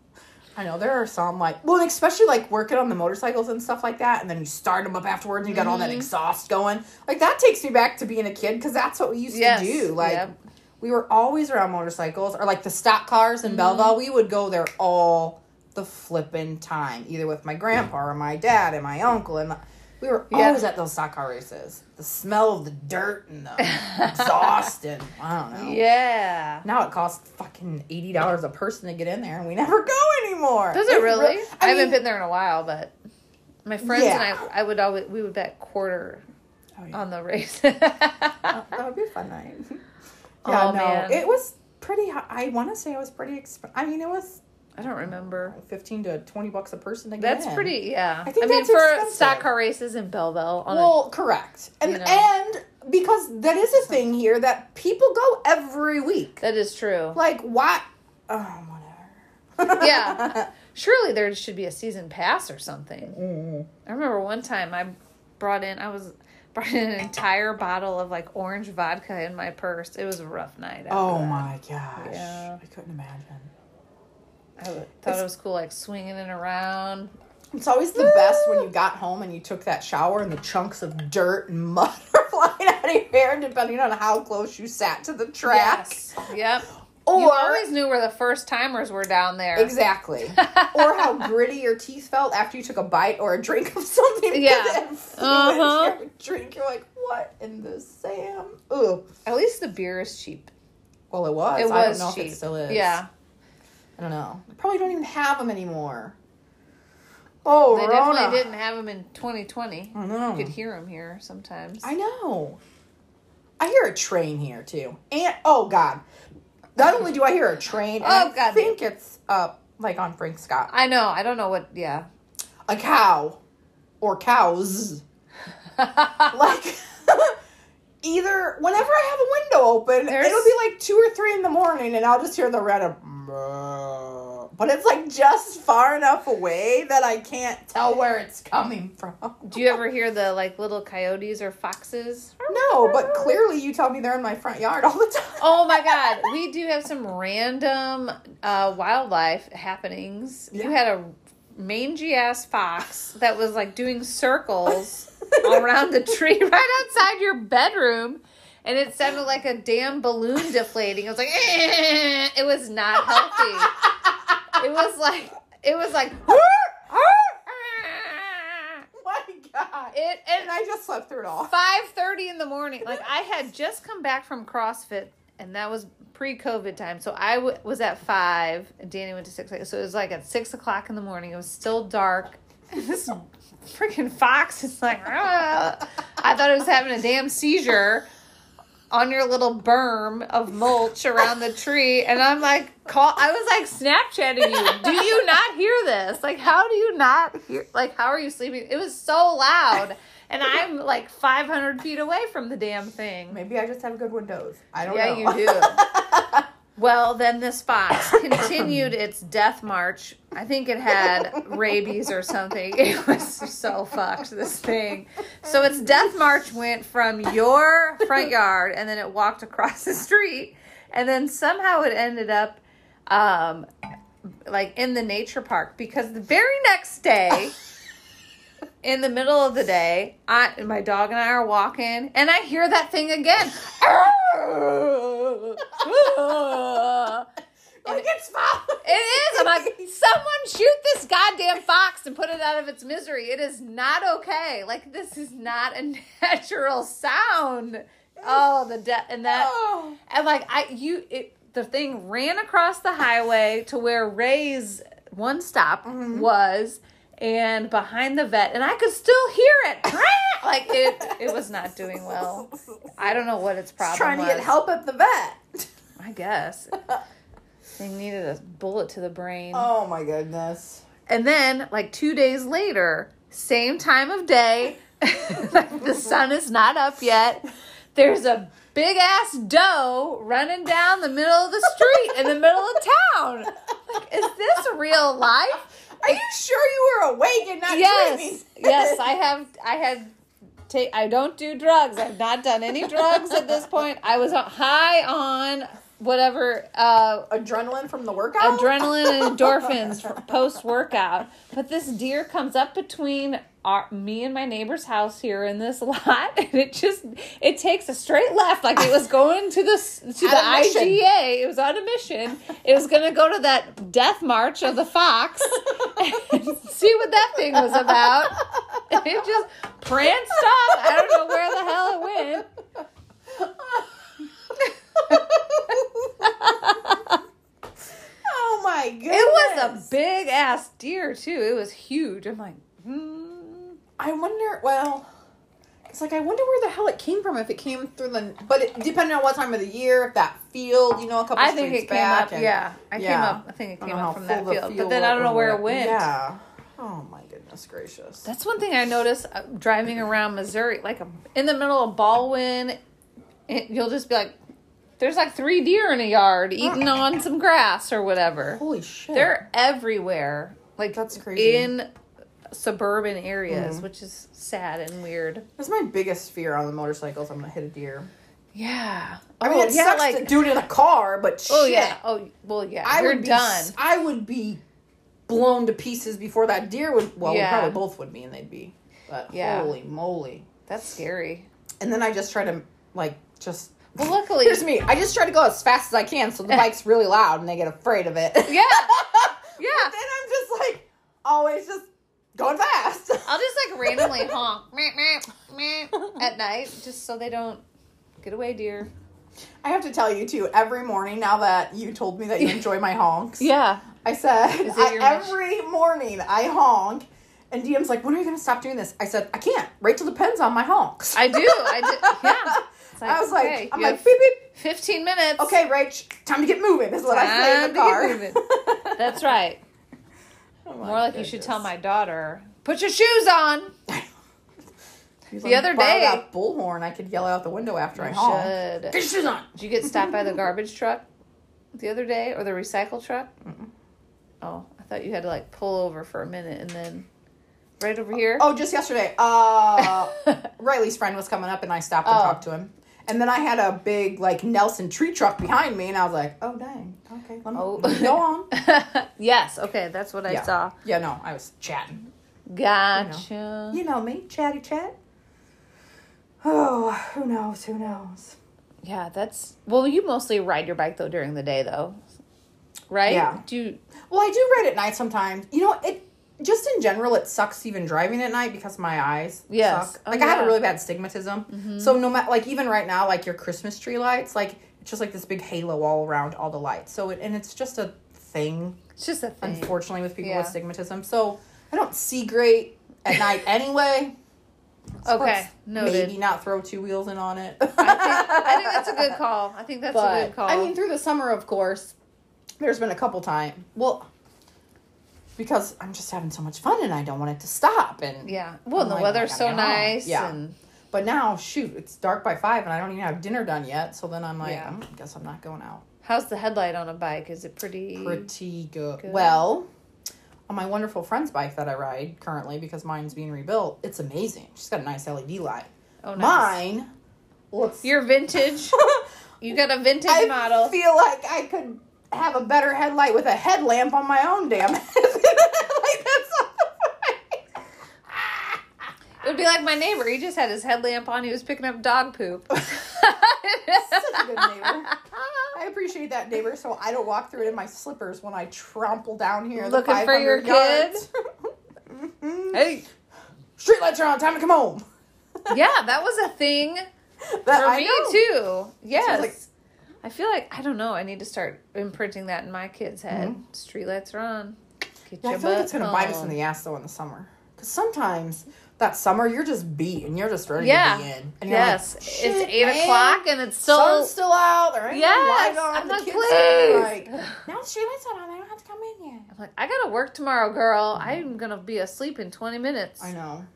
Speaker 2: I know there are some like well, especially like working on the motorcycles and stuff like that, and then you start them up afterwards, and you got all that
Speaker 1: Mm-hmm.
Speaker 2: exhaust going. Like that takes me back to being a kid because that's what we used
Speaker 1: Yes,
Speaker 2: to do. Like
Speaker 1: yep.
Speaker 2: we were always around motorcycles or like the stock cars in
Speaker 1: Mm-hmm.
Speaker 2: Belleville. We would go there all the flippin' time, either with my grandpa or my dad and my uncle, and my, we were
Speaker 1: Yeah.
Speaker 2: always at those stock car races. The smell of the dirt and the exhaust and I don't know.
Speaker 1: Yeah.
Speaker 2: Now it costs fucking eighty dollars a person to get in there, and we never go anymore.
Speaker 1: Does
Speaker 2: It's
Speaker 1: it
Speaker 2: re-
Speaker 1: really? I,
Speaker 2: I,
Speaker 1: haven't
Speaker 2: mean,
Speaker 1: been there in a while, but my friends
Speaker 2: Yeah.
Speaker 1: and I, I would always we would bet quarter
Speaker 2: Oh, yeah. Oh.
Speaker 1: on the race.
Speaker 2: that would be a fun night. yeah,
Speaker 1: Oh,
Speaker 2: no,
Speaker 1: man.
Speaker 2: it was pretty. hi- I want to say it was pretty. Exp- I mean, it was
Speaker 1: I don't remember.
Speaker 2: fifteen to twenty bucks a person to get
Speaker 1: That's
Speaker 2: in.
Speaker 1: pretty. Yeah. I,
Speaker 2: Oh, think
Speaker 1: mean,
Speaker 2: that's
Speaker 1: for
Speaker 2: expensive.
Speaker 1: stock car races in Belleville, on a,
Speaker 2: Well, correct, and
Speaker 1: You know.
Speaker 2: and because that is a thing here that people go every week.
Speaker 1: that is true.
Speaker 2: Like why? Oh, whatever.
Speaker 1: Yeah. Surely there should be a season pass or something.
Speaker 2: Mm-hmm.
Speaker 1: I remember one time I brought in I was brought in an entire bottle of like orange vodka in my purse. It was a rough night. after
Speaker 2: oh
Speaker 1: that.
Speaker 2: my gosh!
Speaker 1: Yeah.
Speaker 2: I couldn't imagine.
Speaker 1: I w- thought it was cool, like swinging it around.
Speaker 2: It's always the best when you got home and you took that shower and the chunks of dirt and mud are flying out of your hair, and depending on how close you sat to the track.
Speaker 1: Yes. Yep.
Speaker 2: Or
Speaker 1: you always knew where the first timers were down there.
Speaker 2: exactly, or how gritty your teeth felt after you took a bite or a drink of something.
Speaker 1: Yeah.
Speaker 2: and flew
Speaker 1: Uh-huh.
Speaker 2: into your drink. You're like, what in the Sam? Ooh.
Speaker 1: At least the beer is cheap.
Speaker 2: Well, it was.
Speaker 1: It was
Speaker 2: I don't know
Speaker 1: cheap.
Speaker 2: if it still is.
Speaker 1: Yeah.
Speaker 2: I don't know. They probably don't even have them anymore. Oh,
Speaker 1: They
Speaker 2: Rona.
Speaker 1: definitely didn't have them in 2020.
Speaker 2: I know.
Speaker 1: You could hear them here sometimes.
Speaker 2: Hmm. I know. I hear a train here too. And oh god. Not only do I hear a train, and
Speaker 1: Oh,
Speaker 2: I
Speaker 1: God.
Speaker 2: think it's up like on Frank Scott.
Speaker 1: I know. I don't know what. Yeah.
Speaker 2: A cow. Or cows. like either whenever I have a window open,
Speaker 1: There's-
Speaker 2: it'll be like two or three in the morning and I'll just hear the random "Meow." but it's like just far enough away that I can't tell where it's coming from.
Speaker 1: Do you ever hear the like little coyotes or foxes?
Speaker 2: No, but clearly you tell me they're in my front yard all the time.
Speaker 1: Oh my god, we do have some random uh, wildlife happenings. You
Speaker 2: Yeah.
Speaker 1: had a mangy ass fox that was like doing circles around the tree right outside your bedroom, and it sounded like a damn balloon deflating. It was like "Eh." it was not healthy. It was like it was like
Speaker 2: Oh my god.
Speaker 1: it and
Speaker 2: and I just slept through it all.
Speaker 1: five thirty in the morning. Like I had just come back from CrossFit, and that was pre-COVID time. So I w- was at five, and Danny went to six. So it was like at six o'clock in the morning. It was still dark. And this freaking fox is like, "Ah." I thought it was having a damn seizure on your little berm of mulch around the tree and i'm like call i was like snapchatting you do you not hear this like how do you not hear like how are you sleeping it was so loud and i'm like 500 feet away from the damn thing
Speaker 2: Maybe I just have good windows. I don't
Speaker 1: yeah
Speaker 2: know.
Speaker 1: you do well then this fox continued its death march i think it had rabies or something it was so fucked this thing so its death march went from your front yard and then it walked across the street and then somehow it ended up um like in the nature park because the very next day in the middle of the day i my dog and i are walking and i hear that thing again
Speaker 2: like it's fine.
Speaker 1: It is. I'm like, someone shoot this goddamn fox and put it out of its misery. It is not okay. Like this is not a natural sound. Oh, the de- and that
Speaker 2: Oh.
Speaker 1: and like I you it the thing ran across the highway to where Ray's one stop
Speaker 2: Mm-hmm.
Speaker 1: was and behind the vet and I could still hear it. like it it was not doing well. I don't know what its problem
Speaker 2: Trying to
Speaker 1: was.
Speaker 2: get help at the vet.
Speaker 1: I guess. They needed a bullet to the brain.
Speaker 2: Oh my goodness.
Speaker 1: And then, like two days later, same time of day, like the sun is not up yet. There's a big ass doe running down the middle of the street in the middle of town. Like, is this real life?
Speaker 2: Are you sure you were awake and not dreaming?
Speaker 1: Yes, yes. I have. I have. Take. I don't do drugs. I've not done any drugs at this point. I was uh, high on whatever uh,
Speaker 2: Adrenaline from the workout?
Speaker 1: adrenaline and endorphins for post workout. But this deer comes up between our, me and my neighbor's house here in this lot, and it just it takes a straight left like it was going to the s- to the
Speaker 2: On a mission.
Speaker 1: IGA. It was on a mission. It was going to go to that death march of the fox and see what that thing was about. And it just pranced off. I don't know where the hell it went.
Speaker 2: oh my goodness.
Speaker 1: It was a big ass deer too. It was huge. I'm like, hmm.
Speaker 2: I wonder, well, it's like I wonder where the hell it came from. If it came through the, but it, depending on what time of the year, if that field, you know, a couple.
Speaker 1: I think
Speaker 2: streets
Speaker 1: it came
Speaker 2: back
Speaker 1: up.
Speaker 2: and-
Speaker 1: yeah, I came
Speaker 2: yeah.
Speaker 1: up. I think it
Speaker 2: I
Speaker 1: came
Speaker 2: don't know
Speaker 1: up
Speaker 2: how
Speaker 1: from that
Speaker 2: full the
Speaker 1: field, but then I don't know where it went.
Speaker 2: Yeah. Oh my goodness gracious.
Speaker 1: That's one thing I noticed uh, driving around Missouri, like um, in the middle of Baldwin. It, you'll just be like, "There's like three deer in a yard eating on some grass or whatever."
Speaker 2: Holy shit.
Speaker 1: They're everywhere. Like
Speaker 2: That's crazy. Mm-hmm.
Speaker 1: in suburban areas, which is sad and weird.
Speaker 2: That's my biggest fear on the motorcycles. I'm gonna hit a deer.
Speaker 1: Yeah.
Speaker 2: I mean,
Speaker 1: oh,
Speaker 2: it sucks to do it in a car, but shit.
Speaker 1: oh yeah. Oh well, yeah.
Speaker 2: I
Speaker 1: You're
Speaker 2: would be,
Speaker 1: done.
Speaker 2: I would be blown to pieces before that deer would. Well,
Speaker 1: Yeah.
Speaker 2: we probably both would be, and they'd be. But
Speaker 1: Yeah.
Speaker 2: holy moly!
Speaker 1: That's scary.
Speaker 2: And then I just try to like just.
Speaker 1: Well, luckily,
Speaker 2: Here's me. I just try to go as fast as I can, so the bike's really loud, and they get afraid of it.
Speaker 1: yeah,
Speaker 2: But
Speaker 1: yeah.
Speaker 2: then I'm just like always just going fast.
Speaker 1: I'll just like randomly honk meh, meh, meh, at night just so they don't get away, dear.
Speaker 2: I have to tell you too. Every morning, now that you told me that you enjoy my honks,
Speaker 1: Yeah.
Speaker 2: I said
Speaker 1: it
Speaker 2: I,
Speaker 1: your wish?
Speaker 2: every morning I honk, and DM's like, "When are you going to stop doing this?" I said, "I can't. Rachel depends on my honks."
Speaker 1: I do. I do. Yeah. It's
Speaker 2: I was like,
Speaker 1: okay,
Speaker 2: "I'm
Speaker 1: you
Speaker 2: like,
Speaker 1: have
Speaker 2: beep beep.
Speaker 1: 15 minutes.
Speaker 2: Okay, Rach, time to get moving." Is what I say in the car.
Speaker 1: Time to get moving. That's right.
Speaker 2: Oh
Speaker 1: More like you should tell my daughter, put your shoes on.
Speaker 2: the
Speaker 1: other day-
Speaker 2: that bullhorn. I could yell out the window after I honk.
Speaker 1: Should.
Speaker 3: Get your shoes on.
Speaker 1: Did you get stopped by the garbage truck the other day or the recycle truck? Oh, I thought you had to like pull over for a minute and then right over here.
Speaker 2: Oh, just yesterday. Uh, Riley's friend was coming up, and I stopped and
Speaker 1: Oh.
Speaker 2: talked to him. And then I had a big like Nelson tree truck behind me, and I was like, "Oh dang, okay, let me
Speaker 1: Oh.
Speaker 2: go on."
Speaker 1: yes. Okay, that's what I
Speaker 2: yeah.
Speaker 1: saw.
Speaker 2: Yeah, no, I was chatting.
Speaker 1: Gotcha.
Speaker 2: You know me, chatty chat. Oh, who knows? Who knows?
Speaker 1: Yeah, that's well. You mostly ride your bike though during the day though, right?
Speaker 2: Yeah.
Speaker 1: Do you,
Speaker 2: Well, I do ride at night sometimes. You know, it just in general, it sucks even driving at night because my eyes
Speaker 1: Yes.
Speaker 2: suck.
Speaker 1: Oh,
Speaker 2: Like I have
Speaker 1: yeah. Mm-hmm.
Speaker 2: a really bad astigmatism. So no matter, like even right now, like your Christmas tree lights, like it's just like this big halo all around all the lights. So it, and it's just a thing,
Speaker 1: it's just a thing.
Speaker 2: unfortunately, with people
Speaker 1: Yeah.
Speaker 2: with astigmatism. So I don't see great at night anyway. So
Speaker 1: Okay,
Speaker 2: let's
Speaker 1: noted.
Speaker 2: Maybe not throw two wheels in on it.
Speaker 1: I think, I think that's a good call. I think that's a good call.
Speaker 2: I mean, through the summer, of course, there's been a couple times. Well, because I'm just having so much fun and I don't want it to stop. And
Speaker 1: yeah. Oh Well,
Speaker 2: I'm
Speaker 1: the
Speaker 2: like,
Speaker 1: weather's
Speaker 2: I
Speaker 1: so
Speaker 2: gotta get home.
Speaker 1: nice.
Speaker 2: Yeah.
Speaker 1: And
Speaker 2: But now, shoot, it's dark by five and I don't even have dinner done yet. So then I'm like,
Speaker 1: Yeah.
Speaker 2: "Mm, I guess I'm not going out.
Speaker 1: how's the headlight on a bike? Is it pretty?
Speaker 2: Pretty good.
Speaker 1: Mm. Good.
Speaker 2: Well, on my wonderful friend's bike that I ride currently because mine's being rebuilt, it's amazing. She's got a nice LED light.
Speaker 1: oh, nice.
Speaker 2: Mine looks.
Speaker 1: Your vintage. You got a vintage
Speaker 2: I
Speaker 1: model.
Speaker 2: feel like I could have a better headlight with a headlamp on my own damn head. like that's
Speaker 1: It would be like my neighbor. He just had his headlamp on. He was picking up dog poop.
Speaker 2: such a good neighbor. I appreciate that neighbor, so I don't walk through it in my slippers when I trample down here. the
Speaker 1: Looking for your
Speaker 2: 500 yards.
Speaker 1: hey.
Speaker 2: Streetlights are on. Time to come home.
Speaker 1: Yeah, that was a thing
Speaker 2: That
Speaker 1: for
Speaker 2: I
Speaker 1: me
Speaker 2: know.
Speaker 1: too. Yes.
Speaker 2: Sounds like-
Speaker 1: I feel like I don't know. I need to start imprinting that in my kid's head. Streetlights are on. Get
Speaker 2: Mm-hmm. Yeah, I
Speaker 1: your
Speaker 2: feel like it's
Speaker 1: butt
Speaker 2: gonna bite us in
Speaker 1: home.
Speaker 2: the ass though in the summer. Because sometimes that summer you're just beat and you're just ready
Speaker 1: Yeah.
Speaker 2: to be in. And you're like,
Speaker 1: Yes, it's
Speaker 2: "Shit,
Speaker 1: eight
Speaker 2: man,
Speaker 1: o'clock and it's still.
Speaker 2: sun's still out. There ain't
Speaker 1: Yes,
Speaker 2: no light on.
Speaker 1: I'm
Speaker 2: the
Speaker 1: like,
Speaker 2: kids are
Speaker 1: please.
Speaker 2: Like, now the streetlights are on. I don't have to come in yet.
Speaker 1: I'm like, I gotta work tomorrow, girl. I'm gonna be asleep in 20 minutes.
Speaker 2: Mm-hmm. I know.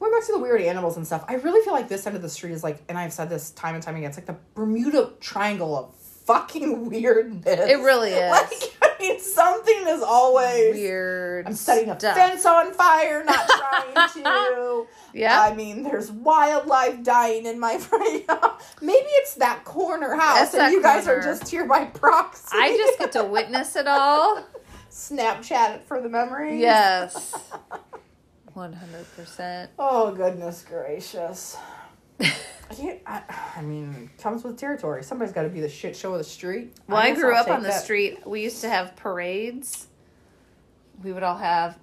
Speaker 2: Going back to the weird animals and stuff, I really feel like this end of the street is like, and I've said this time and time again, it's like the Bermuda Triangle of fucking weirdness.
Speaker 1: It really is.
Speaker 2: Like, I mean, something is always
Speaker 1: Weird.
Speaker 2: I'm setting a
Speaker 1: stuff.
Speaker 2: fence on fire, not trying to.
Speaker 1: Yeah.
Speaker 2: I mean, there's wildlife dying in my front yard. Maybe it's that corner house,
Speaker 1: That's
Speaker 2: and
Speaker 1: that
Speaker 2: you guys are
Speaker 1: corner.
Speaker 2: just here by proxy.
Speaker 1: I just get to witness it all.
Speaker 2: Snapchat it for the memory.
Speaker 1: Yes. 100%.
Speaker 2: Oh goodness gracious. I can't. I, I mean, it comes with territory. Somebody's got to be the shit show of the street.
Speaker 1: Well, I,
Speaker 2: guess
Speaker 1: grew
Speaker 2: I'll
Speaker 1: up on
Speaker 2: take
Speaker 1: the
Speaker 2: that.
Speaker 1: street. We used to have parades. We would all have,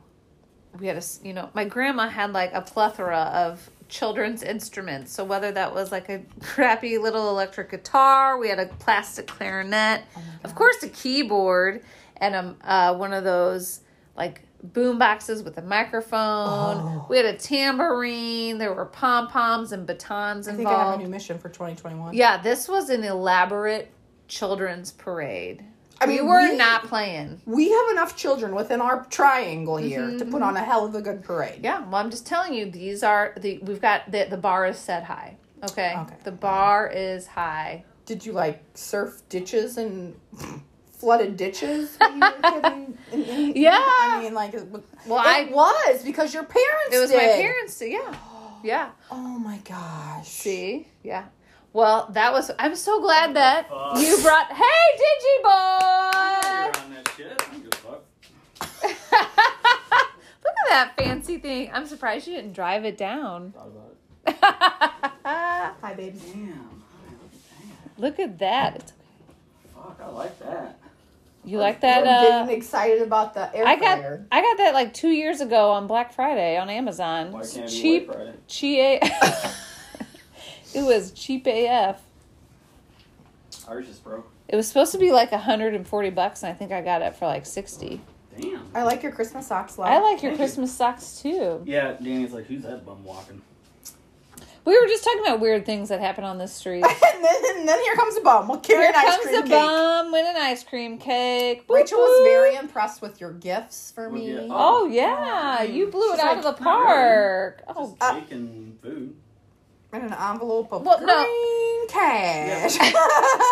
Speaker 1: we had a, s- you know, my grandma had like a plethora of children's instruments. So whether that was like a crappy little electric guitar, we had a plastic clarinet,
Speaker 2: Oh
Speaker 1: of course a keyboard, and um uh, one of those like boom boxes with a microphone.
Speaker 2: Oh.
Speaker 1: We had a tambourine. There were pom poms and batons
Speaker 2: I
Speaker 1: involved.
Speaker 2: think I have a new mission for 2021.
Speaker 1: Yeah, this was an elaborate children's parade.
Speaker 2: I
Speaker 1: we
Speaker 2: mean,
Speaker 1: were
Speaker 2: we-
Speaker 1: not playing.
Speaker 2: We have enough children within our triangle here to
Speaker 1: Mm-hmm.
Speaker 2: put on a hell of a good parade.
Speaker 1: Yeah, well, I'm just telling you, these are the we've got the the bar is set high. Okay,
Speaker 2: Okay.
Speaker 1: the bar is high.
Speaker 2: Did you like surf ditches and flooded ditches? when you were a kid in- in- in-
Speaker 1: Yeah.
Speaker 2: I mean, like, it, well, it
Speaker 1: Well, I-
Speaker 2: was because your parents.
Speaker 1: It was my
Speaker 2: did.
Speaker 1: parents. too, Yeah, yeah.
Speaker 2: Oh my gosh.
Speaker 1: See, yeah. Well, that was. I'm so glad that
Speaker 4: Uh,
Speaker 1: you brought. Hey, Digi boy!
Speaker 4: on that shit. I don't give a fuck.
Speaker 1: Look at that fancy thing. I'm surprised you didn't drive it down.
Speaker 4: Thought about it.
Speaker 2: Hi, babe.
Speaker 4: Damn.
Speaker 1: Look at that.
Speaker 4: Fuck, I like that.
Speaker 1: You like that?
Speaker 2: I'm
Speaker 1: Uh,
Speaker 2: getting excited about the air
Speaker 1: I got I got that like two years ago on Black Friday on Amazon.
Speaker 4: Why can't it be
Speaker 1: cheap,
Speaker 4: White Friday?
Speaker 1: cheap. it was cheap AF.
Speaker 4: Ours just broke.
Speaker 1: It was supposed to be like 140 bucks, and I think I got it for like 60.
Speaker 4: Damn.
Speaker 2: I like your Christmas socks. Love.
Speaker 1: I like your
Speaker 4: Thank you.
Speaker 1: Christmas socks too.
Speaker 4: Yeah, Danny's like, who's that bum walking?
Speaker 1: We were just talking about weird things that happen on the street.
Speaker 2: and, then, and then here comes a bum. We'll carry
Speaker 1: Here
Speaker 2: an ice
Speaker 1: comes
Speaker 2: cream
Speaker 1: the
Speaker 2: cake.
Speaker 1: bum with an ice cream cake. Boop,
Speaker 2: Rachel was
Speaker 1: boop.
Speaker 2: very impressed with your gifts for
Speaker 4: Well,
Speaker 2: me.
Speaker 4: yeah.
Speaker 1: Oh yeah, you blew
Speaker 4: She's
Speaker 1: it out
Speaker 4: like,
Speaker 2: "Mmm."
Speaker 1: of the
Speaker 4: "Not really."
Speaker 1: park. Oh,
Speaker 4: Just
Speaker 2: uh,
Speaker 4: cake and food.
Speaker 2: In an envelope of
Speaker 1: Well,
Speaker 2: green
Speaker 1: no.
Speaker 2: cash.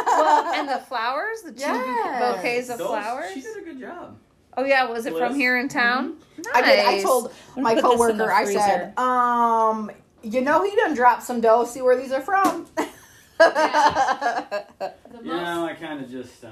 Speaker 1: well, and the flowers, the two
Speaker 2: Yes.
Speaker 1: bouquet- bouquets of
Speaker 4: Those-
Speaker 1: flowers.
Speaker 4: She did a good job.
Speaker 1: Oh yeah, was it from
Speaker 4: Bliss. Mm-hmm.
Speaker 1: here in town? Nice.
Speaker 2: I did. I told
Speaker 1: I'm gonna
Speaker 2: my
Speaker 1: put this in the
Speaker 2: coworker. I said,
Speaker 1: freezer.
Speaker 2: um, you know, he done dropped some dough. See where these are from.
Speaker 3: The
Speaker 4: You know, I kind of just, uh,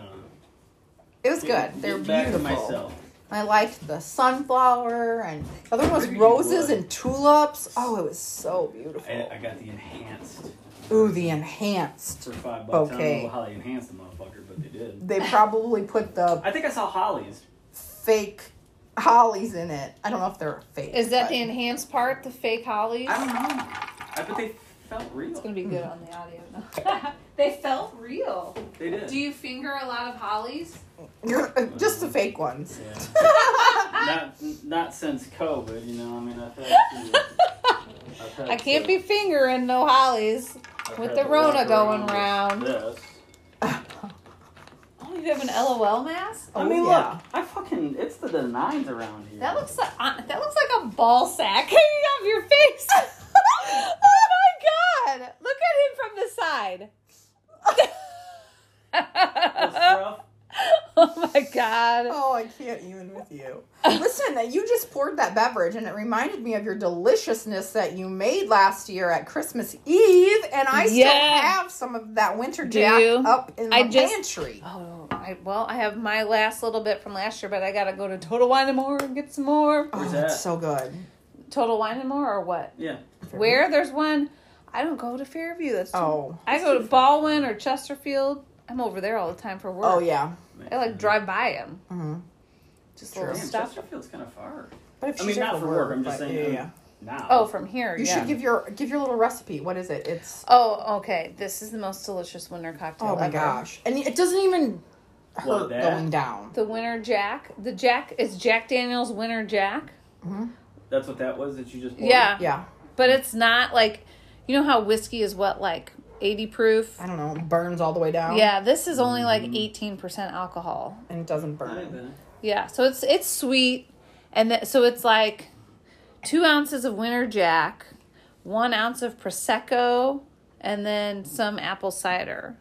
Speaker 2: It was
Speaker 4: get-
Speaker 2: good. They're
Speaker 4: get back
Speaker 2: beautiful.
Speaker 4: to myself.
Speaker 2: I liked the sunflower and the other one was
Speaker 4: Pretty
Speaker 2: roses
Speaker 4: wood.
Speaker 2: and tulips. Oh, it was so beautiful.
Speaker 4: I, I got the enhanced
Speaker 2: Ooh, the enhanced.
Speaker 4: for five bucks. I don't
Speaker 2: Bouquet.
Speaker 4: know how they enhanced the motherfucker, but they did.
Speaker 2: They probably put the
Speaker 4: I think I saw Holly's.
Speaker 2: fake hollies in it. I don't know if they're fake.
Speaker 1: Is that
Speaker 2: but-
Speaker 1: the enhanced part, the fake hollies?
Speaker 4: I don't know. I bet they felt real.
Speaker 1: It's gonna be good on the audio. now. they felt real.
Speaker 4: They did.
Speaker 1: Do you finger a lot of hollies?
Speaker 2: just the fake ones?
Speaker 4: Yeah. not, not since COVID, you know. I mean, I've had. To, I've had
Speaker 1: I can't
Speaker 4: to-
Speaker 1: be fingering no hollies.
Speaker 4: I've
Speaker 1: with
Speaker 4: had
Speaker 1: the
Speaker 4: to
Speaker 1: Rona
Speaker 4: walk
Speaker 1: going round.
Speaker 4: around with This.
Speaker 1: Oh, you have an LOL mask.
Speaker 4: I
Speaker 2: Oh,
Speaker 4: mean,
Speaker 2: yeah.
Speaker 4: look, I fucking it's the nines around here.
Speaker 1: That looks like uh, that looks like a ball sack hanging off your face. oh my god! Look at him from the side.
Speaker 4: That's rough.
Speaker 1: oh my god!
Speaker 2: Oh, I can't even with you. Listen, you just poured that beverage and it reminded me of your deliciousness that you made last year at Christmas Eve, and I still
Speaker 1: Yeah.
Speaker 2: have some of that winter
Speaker 1: Do
Speaker 2: jack
Speaker 1: you?
Speaker 2: up in
Speaker 1: I
Speaker 2: my
Speaker 1: just-
Speaker 2: pantry.
Speaker 1: Oh, I, well, I have my last little bit from last year, but I gotta go to Total Wine and More and get some more.
Speaker 2: Oh,
Speaker 4: Where's
Speaker 2: that's
Speaker 4: that?
Speaker 2: so good.
Speaker 1: Total Wine and More or what?
Speaker 4: Yeah.
Speaker 1: Where there's one, I don't go to Fairview. That's too
Speaker 2: Oh,
Speaker 1: I go to Baldwin or Chesterfield. I'm over there all the time for work.
Speaker 2: oh yeah.
Speaker 4: Man.
Speaker 1: I like drive by them.
Speaker 2: Mm-hmm.
Speaker 1: Just
Speaker 2: True.
Speaker 1: little
Speaker 4: Man,
Speaker 1: stuff.
Speaker 4: Chesterfield's kind of far.
Speaker 2: But if
Speaker 4: I
Speaker 2: she's
Speaker 4: mean,
Speaker 2: here
Speaker 4: not for work. I'm just
Speaker 2: but
Speaker 4: saying.
Speaker 2: Yeah,
Speaker 4: um,
Speaker 2: yeah.
Speaker 4: Now.
Speaker 1: Oh, from here,
Speaker 2: You
Speaker 1: yeah.
Speaker 2: should give your give your little recipe. What is it? It's
Speaker 1: oh, okay. This is the most delicious winter cocktail.
Speaker 2: oh my
Speaker 1: ever.
Speaker 2: gosh, and it doesn't even
Speaker 4: What,
Speaker 2: hurt
Speaker 4: that?
Speaker 2: going down.
Speaker 1: The winter Jack. The Jack is Jack Daniel's winter Jack.
Speaker 4: That's what that was that you just. poured?
Speaker 1: Yeah,
Speaker 2: Yeah,
Speaker 1: but it's not like you know how whiskey is what like eighty proof.
Speaker 2: I don't know. Mm. It burns all the way down.
Speaker 1: Yeah, this is only like eighteen percent alcohol.
Speaker 2: and it doesn't
Speaker 4: I
Speaker 2: burn.
Speaker 4: like that.
Speaker 1: Yeah, so it's it's sweet, and th- so it's like two ounces of winter Jack, one ounce of prosecco, and then some apple cider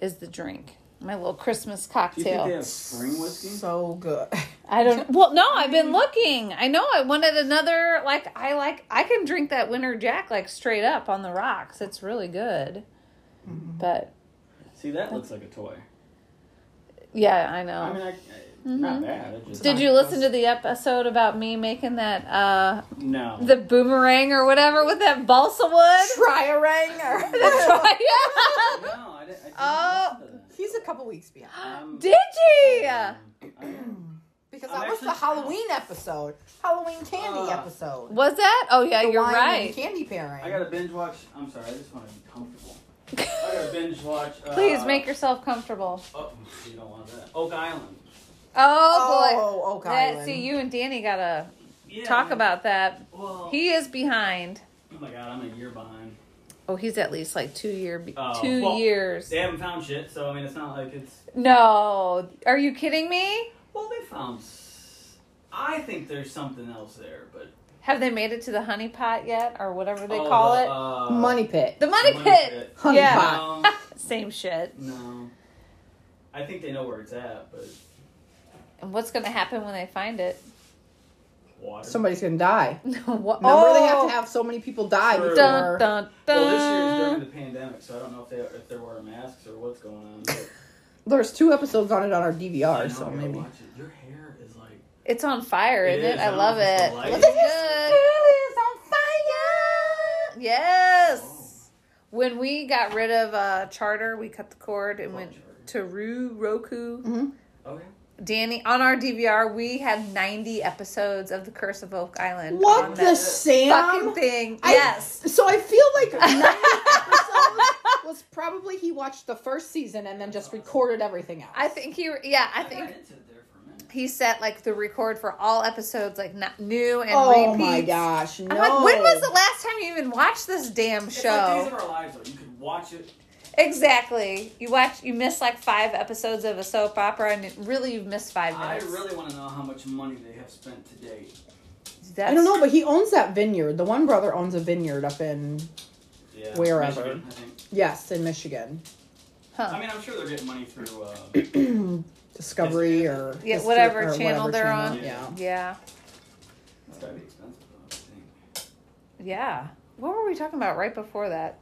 Speaker 1: is the drink. My little Christmas
Speaker 4: Do you think they
Speaker 1: cocktail.
Speaker 4: have spring whiskey?
Speaker 2: So good.
Speaker 1: I don't. Well, no, I've
Speaker 4: Mm.
Speaker 1: been looking. I know I wanted another. Like I like I can drink that winter Jack like straight up on the rocks. It's really good.
Speaker 4: Mm-hmm.
Speaker 1: But
Speaker 4: See, that looks like a toy.
Speaker 1: yeah, I
Speaker 4: I
Speaker 1: know.
Speaker 4: mean, I, I, not bad. It just,
Speaker 1: Oh. Mm-hmm. Did you listen to the episode about me making that uh
Speaker 4: No.
Speaker 1: the boomerang or whatever with that balsa wood.
Speaker 2: Try a ranger.
Speaker 1: Try-
Speaker 4: no, I didn't. I
Speaker 1: Oh.
Speaker 4: didn't listen to
Speaker 2: He's a couple weeks behind
Speaker 4: that. Um,
Speaker 1: Did you?
Speaker 4: um, I-
Speaker 2: because
Speaker 4: I'm
Speaker 2: that was the
Speaker 4: actually-
Speaker 2: Halloween episode, Halloween candy
Speaker 4: Uh,
Speaker 2: episode.
Speaker 1: Was that? Oh yeah,
Speaker 2: The
Speaker 1: you're
Speaker 2: wine and
Speaker 1: right.
Speaker 2: Candy
Speaker 4: I
Speaker 2: pairing.
Speaker 4: gotta binge watch. I'm sorry, I just want to be comfortable. I gotta binge watch. Uh,
Speaker 1: Please make yourself comfortable.
Speaker 4: Oh, you don't want that. Oak Island.
Speaker 1: Oh boy.
Speaker 2: oh, Oak
Speaker 1: That,
Speaker 2: Island.
Speaker 1: see, you and Danny gotta
Speaker 4: Yeah,
Speaker 1: talk about that.
Speaker 4: Well,
Speaker 1: He is behind.
Speaker 4: oh my god, I'm a year behind.
Speaker 1: Oh, he's at least like two year, be-
Speaker 4: Oh,
Speaker 1: two
Speaker 4: well-
Speaker 1: years.
Speaker 4: They haven't found shit, so I mean, it's not like it's.
Speaker 1: No, are you kidding me?
Speaker 4: Well, they found. s- I think there's something else there, but
Speaker 1: Have they made it to the honey pot yet, or whatever they
Speaker 4: Oh,
Speaker 1: call
Speaker 4: the,
Speaker 1: it?
Speaker 4: uh,
Speaker 2: money pit.
Speaker 1: the money, pit.
Speaker 2: Honey
Speaker 1: Yeah.
Speaker 2: pot.
Speaker 4: No,
Speaker 1: Same shit.
Speaker 4: no. I think they know where it's at, but
Speaker 1: And what's gonna happen when they find it?
Speaker 4: water.
Speaker 2: Somebody's gonna die.
Speaker 1: what?
Speaker 2: Remember,
Speaker 1: oh,
Speaker 2: they have to have so many people die
Speaker 4: True.
Speaker 2: before.
Speaker 1: Dun, dun, dun.
Speaker 4: Well, this
Speaker 1: uh,
Speaker 4: year is during the pandemic, so I don't know if they if they're wearing masks or what's going on. But
Speaker 2: There's two episodes on it on our
Speaker 4: I
Speaker 2: DVR,
Speaker 4: know,
Speaker 2: so
Speaker 4: I gotta
Speaker 2: maybe.
Speaker 4: watch it. Your hair is like.
Speaker 1: It's on fire,
Speaker 4: It
Speaker 1: isn't it?
Speaker 4: is.
Speaker 1: I
Speaker 4: I don't
Speaker 1: love
Speaker 4: know if it's
Speaker 1: it.
Speaker 4: the light.
Speaker 1: It's good. on fire. Yes. When we got rid of uh, Charter, we cut the cord and
Speaker 4: What
Speaker 1: went to
Speaker 4: Charter?
Speaker 1: Rue Roku.
Speaker 4: Okay.
Speaker 1: Danny on our DVR, we had 90 episodes of The Curse of Oak Island. on
Speaker 2: What the
Speaker 1: that
Speaker 2: Sam?
Speaker 1: fucking thing?
Speaker 2: I-
Speaker 1: yes.
Speaker 2: So I feel like 90 episodes was probably probably he watched the first season and then just recorded everything else.
Speaker 1: I think he, yeah, I
Speaker 4: got
Speaker 1: think
Speaker 4: into it there for a minute.
Speaker 1: he set like the record for all episodes, like not new and
Speaker 2: oh
Speaker 1: repeats.
Speaker 2: my gosh! No.
Speaker 1: I'm like, when was the last time you even watched this damn
Speaker 4: It's like Days
Speaker 1: show?
Speaker 4: of Our Lives, though. You could watch it.
Speaker 1: Exactly. You watch, you miss like five episodes of a soap opera, and it- really you've missed five
Speaker 4: I
Speaker 1: minutes.
Speaker 4: really want to know how much money they have spent to date.
Speaker 1: That's,
Speaker 2: I don't know, but he owns that vineyard. The one brother owns a vineyard up in
Speaker 4: Yeah.
Speaker 2: Wherever.
Speaker 4: Michigan, I, think.
Speaker 2: yes, in Michigan,
Speaker 1: Huh.
Speaker 4: I mean, I'm sure they're getting money through. Uh,
Speaker 2: Discovery or
Speaker 1: Yeah,
Speaker 2: Dis-
Speaker 1: whatever
Speaker 2: or
Speaker 1: channel they're
Speaker 2: channel,
Speaker 4: on.
Speaker 2: Yeah.
Speaker 1: yeah,
Speaker 4: it's gotta be expensive, though, I think.
Speaker 1: yeah. What were we talking about right before that?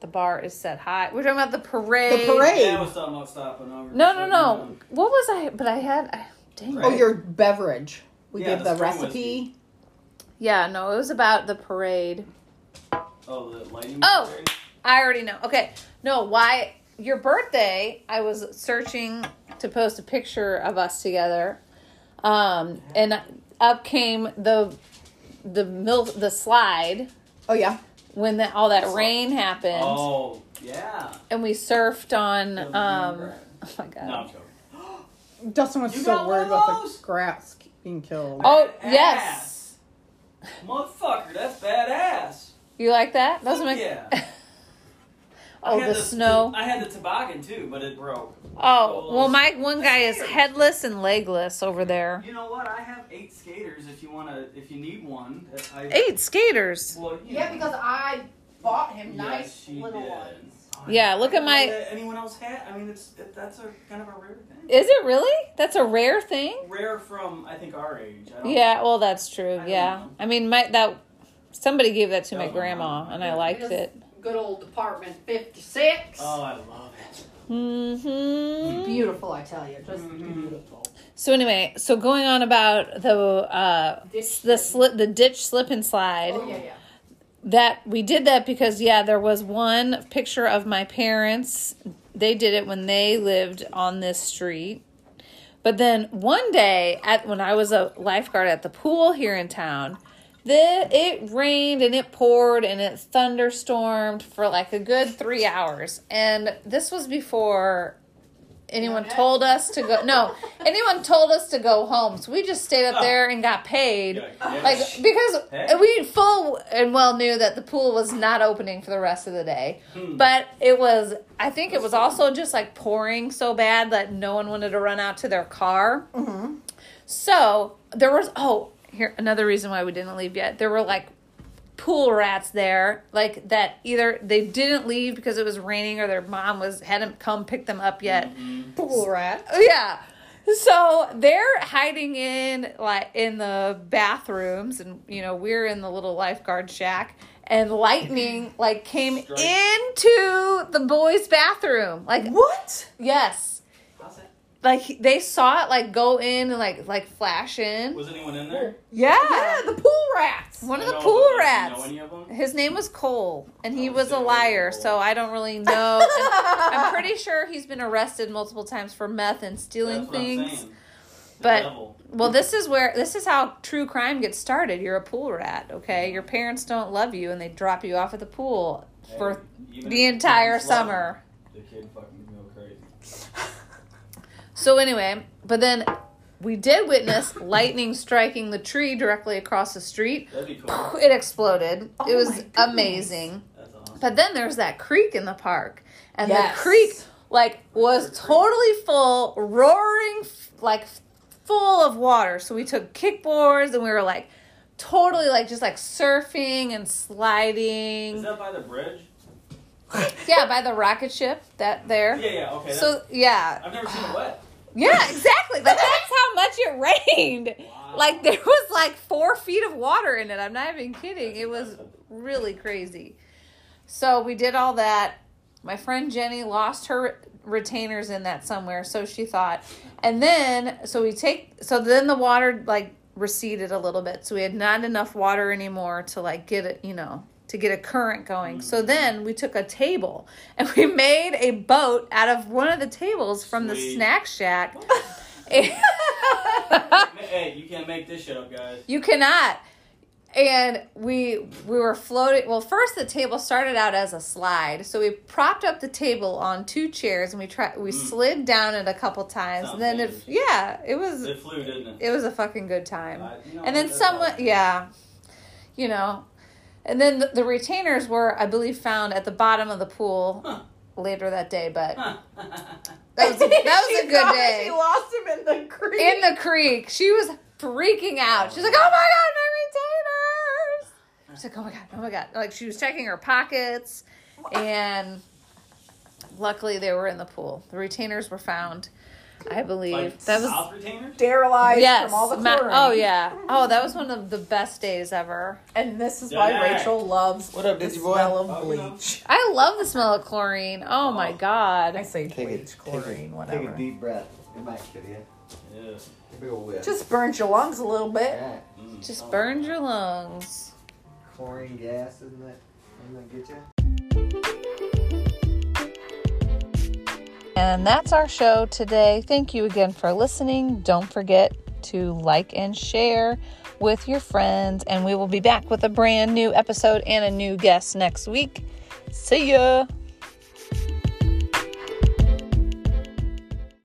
Speaker 1: The bar is set high. We're talking about the parade.
Speaker 2: The parade.
Speaker 4: Yeah, I was talking about stopping over. uh,
Speaker 1: No, no, no. What was I? But I had. I, dang.
Speaker 2: Oh,
Speaker 1: Right.
Speaker 4: Right.
Speaker 2: your beverage. We
Speaker 4: Yeah,
Speaker 2: gave
Speaker 4: the
Speaker 2: the
Speaker 4: spring
Speaker 2: recipe.
Speaker 1: Yeah. No, it was about the parade.
Speaker 4: Oh, the lighting.
Speaker 1: Oh!
Speaker 4: There?
Speaker 1: I already know. Okay. No, why your birthday, I was searching to post a picture of us together. Um and up came the the milk the slide
Speaker 2: Oh yeah,
Speaker 1: when the, all that rain happened
Speaker 4: Oh, yeah.
Speaker 1: and we surfed on
Speaker 4: Don't
Speaker 1: um
Speaker 4: remember.
Speaker 1: oh my god.
Speaker 4: No, I'm joking.
Speaker 2: Dustin was
Speaker 4: You
Speaker 2: so
Speaker 4: got
Speaker 2: worried
Speaker 4: one of
Speaker 2: about
Speaker 4: those?
Speaker 2: the grass being killed.
Speaker 1: Oh,
Speaker 4: Badass.
Speaker 1: yes.
Speaker 4: Motherfucker, that's badass.
Speaker 1: You like that? Those
Speaker 4: Fuck
Speaker 1: make-
Speaker 4: yeah.
Speaker 1: Oh,
Speaker 4: I had
Speaker 1: the snow.
Speaker 4: I had the toboggan too, but it broke.
Speaker 1: oh, well
Speaker 4: those-
Speaker 1: my one guy is
Speaker 4: That's weird.
Speaker 1: headless and legless over there.
Speaker 4: You know what? I have eight skaters. If you wanna, if you need one, I,
Speaker 1: Eight skaters.
Speaker 4: Well, you know.
Speaker 2: I bought him
Speaker 4: Yes, she did. Oh,
Speaker 1: Yeah,
Speaker 4: I
Speaker 1: look at
Speaker 4: didn't know
Speaker 1: my-
Speaker 4: that Anyone else had? I mean, it's it, that's a kind of a rare thing.
Speaker 1: Is it really? That's a rare thing?
Speaker 4: rare from I think our age. I don't
Speaker 1: Yeah, well, that's true.
Speaker 4: Oh. don't
Speaker 1: yeah,
Speaker 4: know.
Speaker 1: I mean, my that somebody gave that to
Speaker 4: That
Speaker 1: my
Speaker 4: was my
Speaker 1: grandma,
Speaker 4: mom.
Speaker 1: and I liked
Speaker 2: Yes.
Speaker 1: it.
Speaker 2: Good old apartment fifty six.
Speaker 4: Oh, I love it.
Speaker 1: hmm
Speaker 2: Beautiful, I tell you, just
Speaker 4: Mhm.
Speaker 2: beautiful.
Speaker 1: So anyway, so going on about the uh,
Speaker 2: Ditch
Speaker 1: the
Speaker 2: slip.
Speaker 1: slip, the ditch slip and slide.
Speaker 2: Oh, yeah.
Speaker 1: That we did that because yeah, there was one picture of my parents. They did it when they lived on this street. But then one day, at when I was a lifeguard at the pool here in town, the it rained and it poured and it thunderstormed for like a good three hours. And this was before anyone told us to go. No, anyone told us to go home. So we just stayed up there and got paid.
Speaker 4: Yeah, yeah.
Speaker 1: Like because
Speaker 4: Hey.
Speaker 1: we full and well knew that the pool was not opening for the rest of the day,
Speaker 4: Hmm.
Speaker 1: but it was. I think it was also just like pouring so bad that no one wanted to run out to their car. So there was oh here another reason why we didn't leave yet. There were like pool rats there, like that either they didn't leave because it was raining or their mom was hadn't come pick them up yet.
Speaker 2: Pool rat.
Speaker 1: Yeah. So they're hiding in like in the bathrooms and you know, we're in the little lifeguard shack and lightning like came
Speaker 4: Strike.
Speaker 1: into the boys' bathroom. Like
Speaker 2: What?
Speaker 1: yes.
Speaker 4: How's that?
Speaker 1: Like he- they saw it like go in and like like flash in.
Speaker 4: Was anyone in there?
Speaker 1: Yeah.
Speaker 2: Yeah, Ah, the pool rats.
Speaker 1: One of
Speaker 4: I
Speaker 1: the
Speaker 4: know,
Speaker 1: pool
Speaker 4: but, like,
Speaker 1: rats.
Speaker 4: Do you know any of them?
Speaker 1: His name was Cole, and he
Speaker 4: Oh,
Speaker 1: was a
Speaker 4: so-
Speaker 1: liar, so I don't really know. And I'm pretty sure he's been arrested multiple times for meth and stealing
Speaker 4: That's what I'm
Speaker 1: things.
Speaker 4: saying. The
Speaker 1: but-
Speaker 4: devil.
Speaker 1: Well, this is where this is how true crime gets started. You're a pool rat, okay? Your parents don't love you and they drop you off at the pool for
Speaker 4: Hey, even
Speaker 1: the
Speaker 4: if
Speaker 1: entire
Speaker 4: it's love,
Speaker 1: summer.
Speaker 4: The kid fucking go crazy.
Speaker 1: So anyway, but then we did witness lightning striking the tree directly across the street.
Speaker 4: That'd be cool.
Speaker 1: It exploded.
Speaker 2: Oh
Speaker 1: it
Speaker 2: my
Speaker 1: was
Speaker 2: goodness.
Speaker 1: amazing.
Speaker 4: That's awesome.
Speaker 1: But then there's that creek in the park. And
Speaker 2: Yes.
Speaker 1: the creek like was
Speaker 4: Creek.
Speaker 1: totally full, roaring f- like f- full of water. So we took kickboards and we were like totally like just like surfing and
Speaker 4: Is
Speaker 1: sliding.
Speaker 4: that by the bridge?
Speaker 1: Yeah, by the rocket ship that there.
Speaker 4: Yeah, yeah, okay. that's-
Speaker 1: So yeah.
Speaker 4: I've never seen it wet.
Speaker 1: Yeah, exactly. Like that's how much it rained.
Speaker 4: Wow.
Speaker 1: Like there was like four feet of water in it. I'm not even kidding. It was really crazy. So we did all that. My friend Jenny lost her retainers in that somewhere, so she thought. And then so we take so then the water like receded a little bit. So we had not enough water anymore to like get it, you know, to get a current going. So then we took a table and we made a boat out of one of the tables from the
Speaker 4: Sweet.
Speaker 1: snack shack.
Speaker 4: Ma- Hey, you can't make this shit up, guys.
Speaker 1: you cannot. and we we were floating well first the table started out as a slide so we propped up the table on two chairs and we tried we slid down it a couple times and then it
Speaker 4: Mm. Sounds good.
Speaker 1: yeah it was
Speaker 4: It flew, didn't it?
Speaker 1: it was a fucking good time
Speaker 4: I- you know,
Speaker 1: and then
Speaker 4: that's
Speaker 1: someone
Speaker 4: awesome.
Speaker 1: yeah you know and then the, the retainers were i believe found at the bottom of the pool
Speaker 4: Huh.
Speaker 1: later that day but
Speaker 4: Huh.
Speaker 1: that was, that was a good day
Speaker 2: She lost him in the creek.
Speaker 1: in the creek. She was freaking out. She's like, "Oh my god, my retainers!" She's like, "Oh my god, oh my god!" Like she was checking her pockets, and luckily they were in the pool. The retainers were found, I believe.
Speaker 4: like
Speaker 1: that was
Speaker 4: South retainer?
Speaker 2: sterilized
Speaker 1: yes.
Speaker 2: from all the
Speaker 1: ma-
Speaker 2: chlorine.
Speaker 1: oh yeah. Oh, that was one of the best days ever.
Speaker 2: And this is
Speaker 4: Yeah.
Speaker 2: why Rachel loves
Speaker 5: What up,
Speaker 2: the
Speaker 5: Dizzy boy?
Speaker 2: smell of
Speaker 4: Oh, you know.
Speaker 2: bleach.
Speaker 1: I love the smell of chlorine. Oh my
Speaker 2: I
Speaker 1: god.
Speaker 2: say
Speaker 5: Take a,
Speaker 2: bleach,
Speaker 5: take a-
Speaker 2: chlorine,
Speaker 5: Take
Speaker 2: whatever.
Speaker 5: a deep breath. It might kill you.
Speaker 4: Yeah.
Speaker 5: Big ol' whiff.
Speaker 2: Just burns your lungs a little bit.
Speaker 5: Yeah.
Speaker 4: Mm.
Speaker 1: Just
Speaker 4: Oh.
Speaker 1: burned your lungs.
Speaker 5: Chlorine gas, isn't it? Doesn't that get you?
Speaker 6: And that's our show today. Thank you again for listening. Don't forget to like and share with your friends. And we will be back with a brand new episode and a new guest next week. See ya.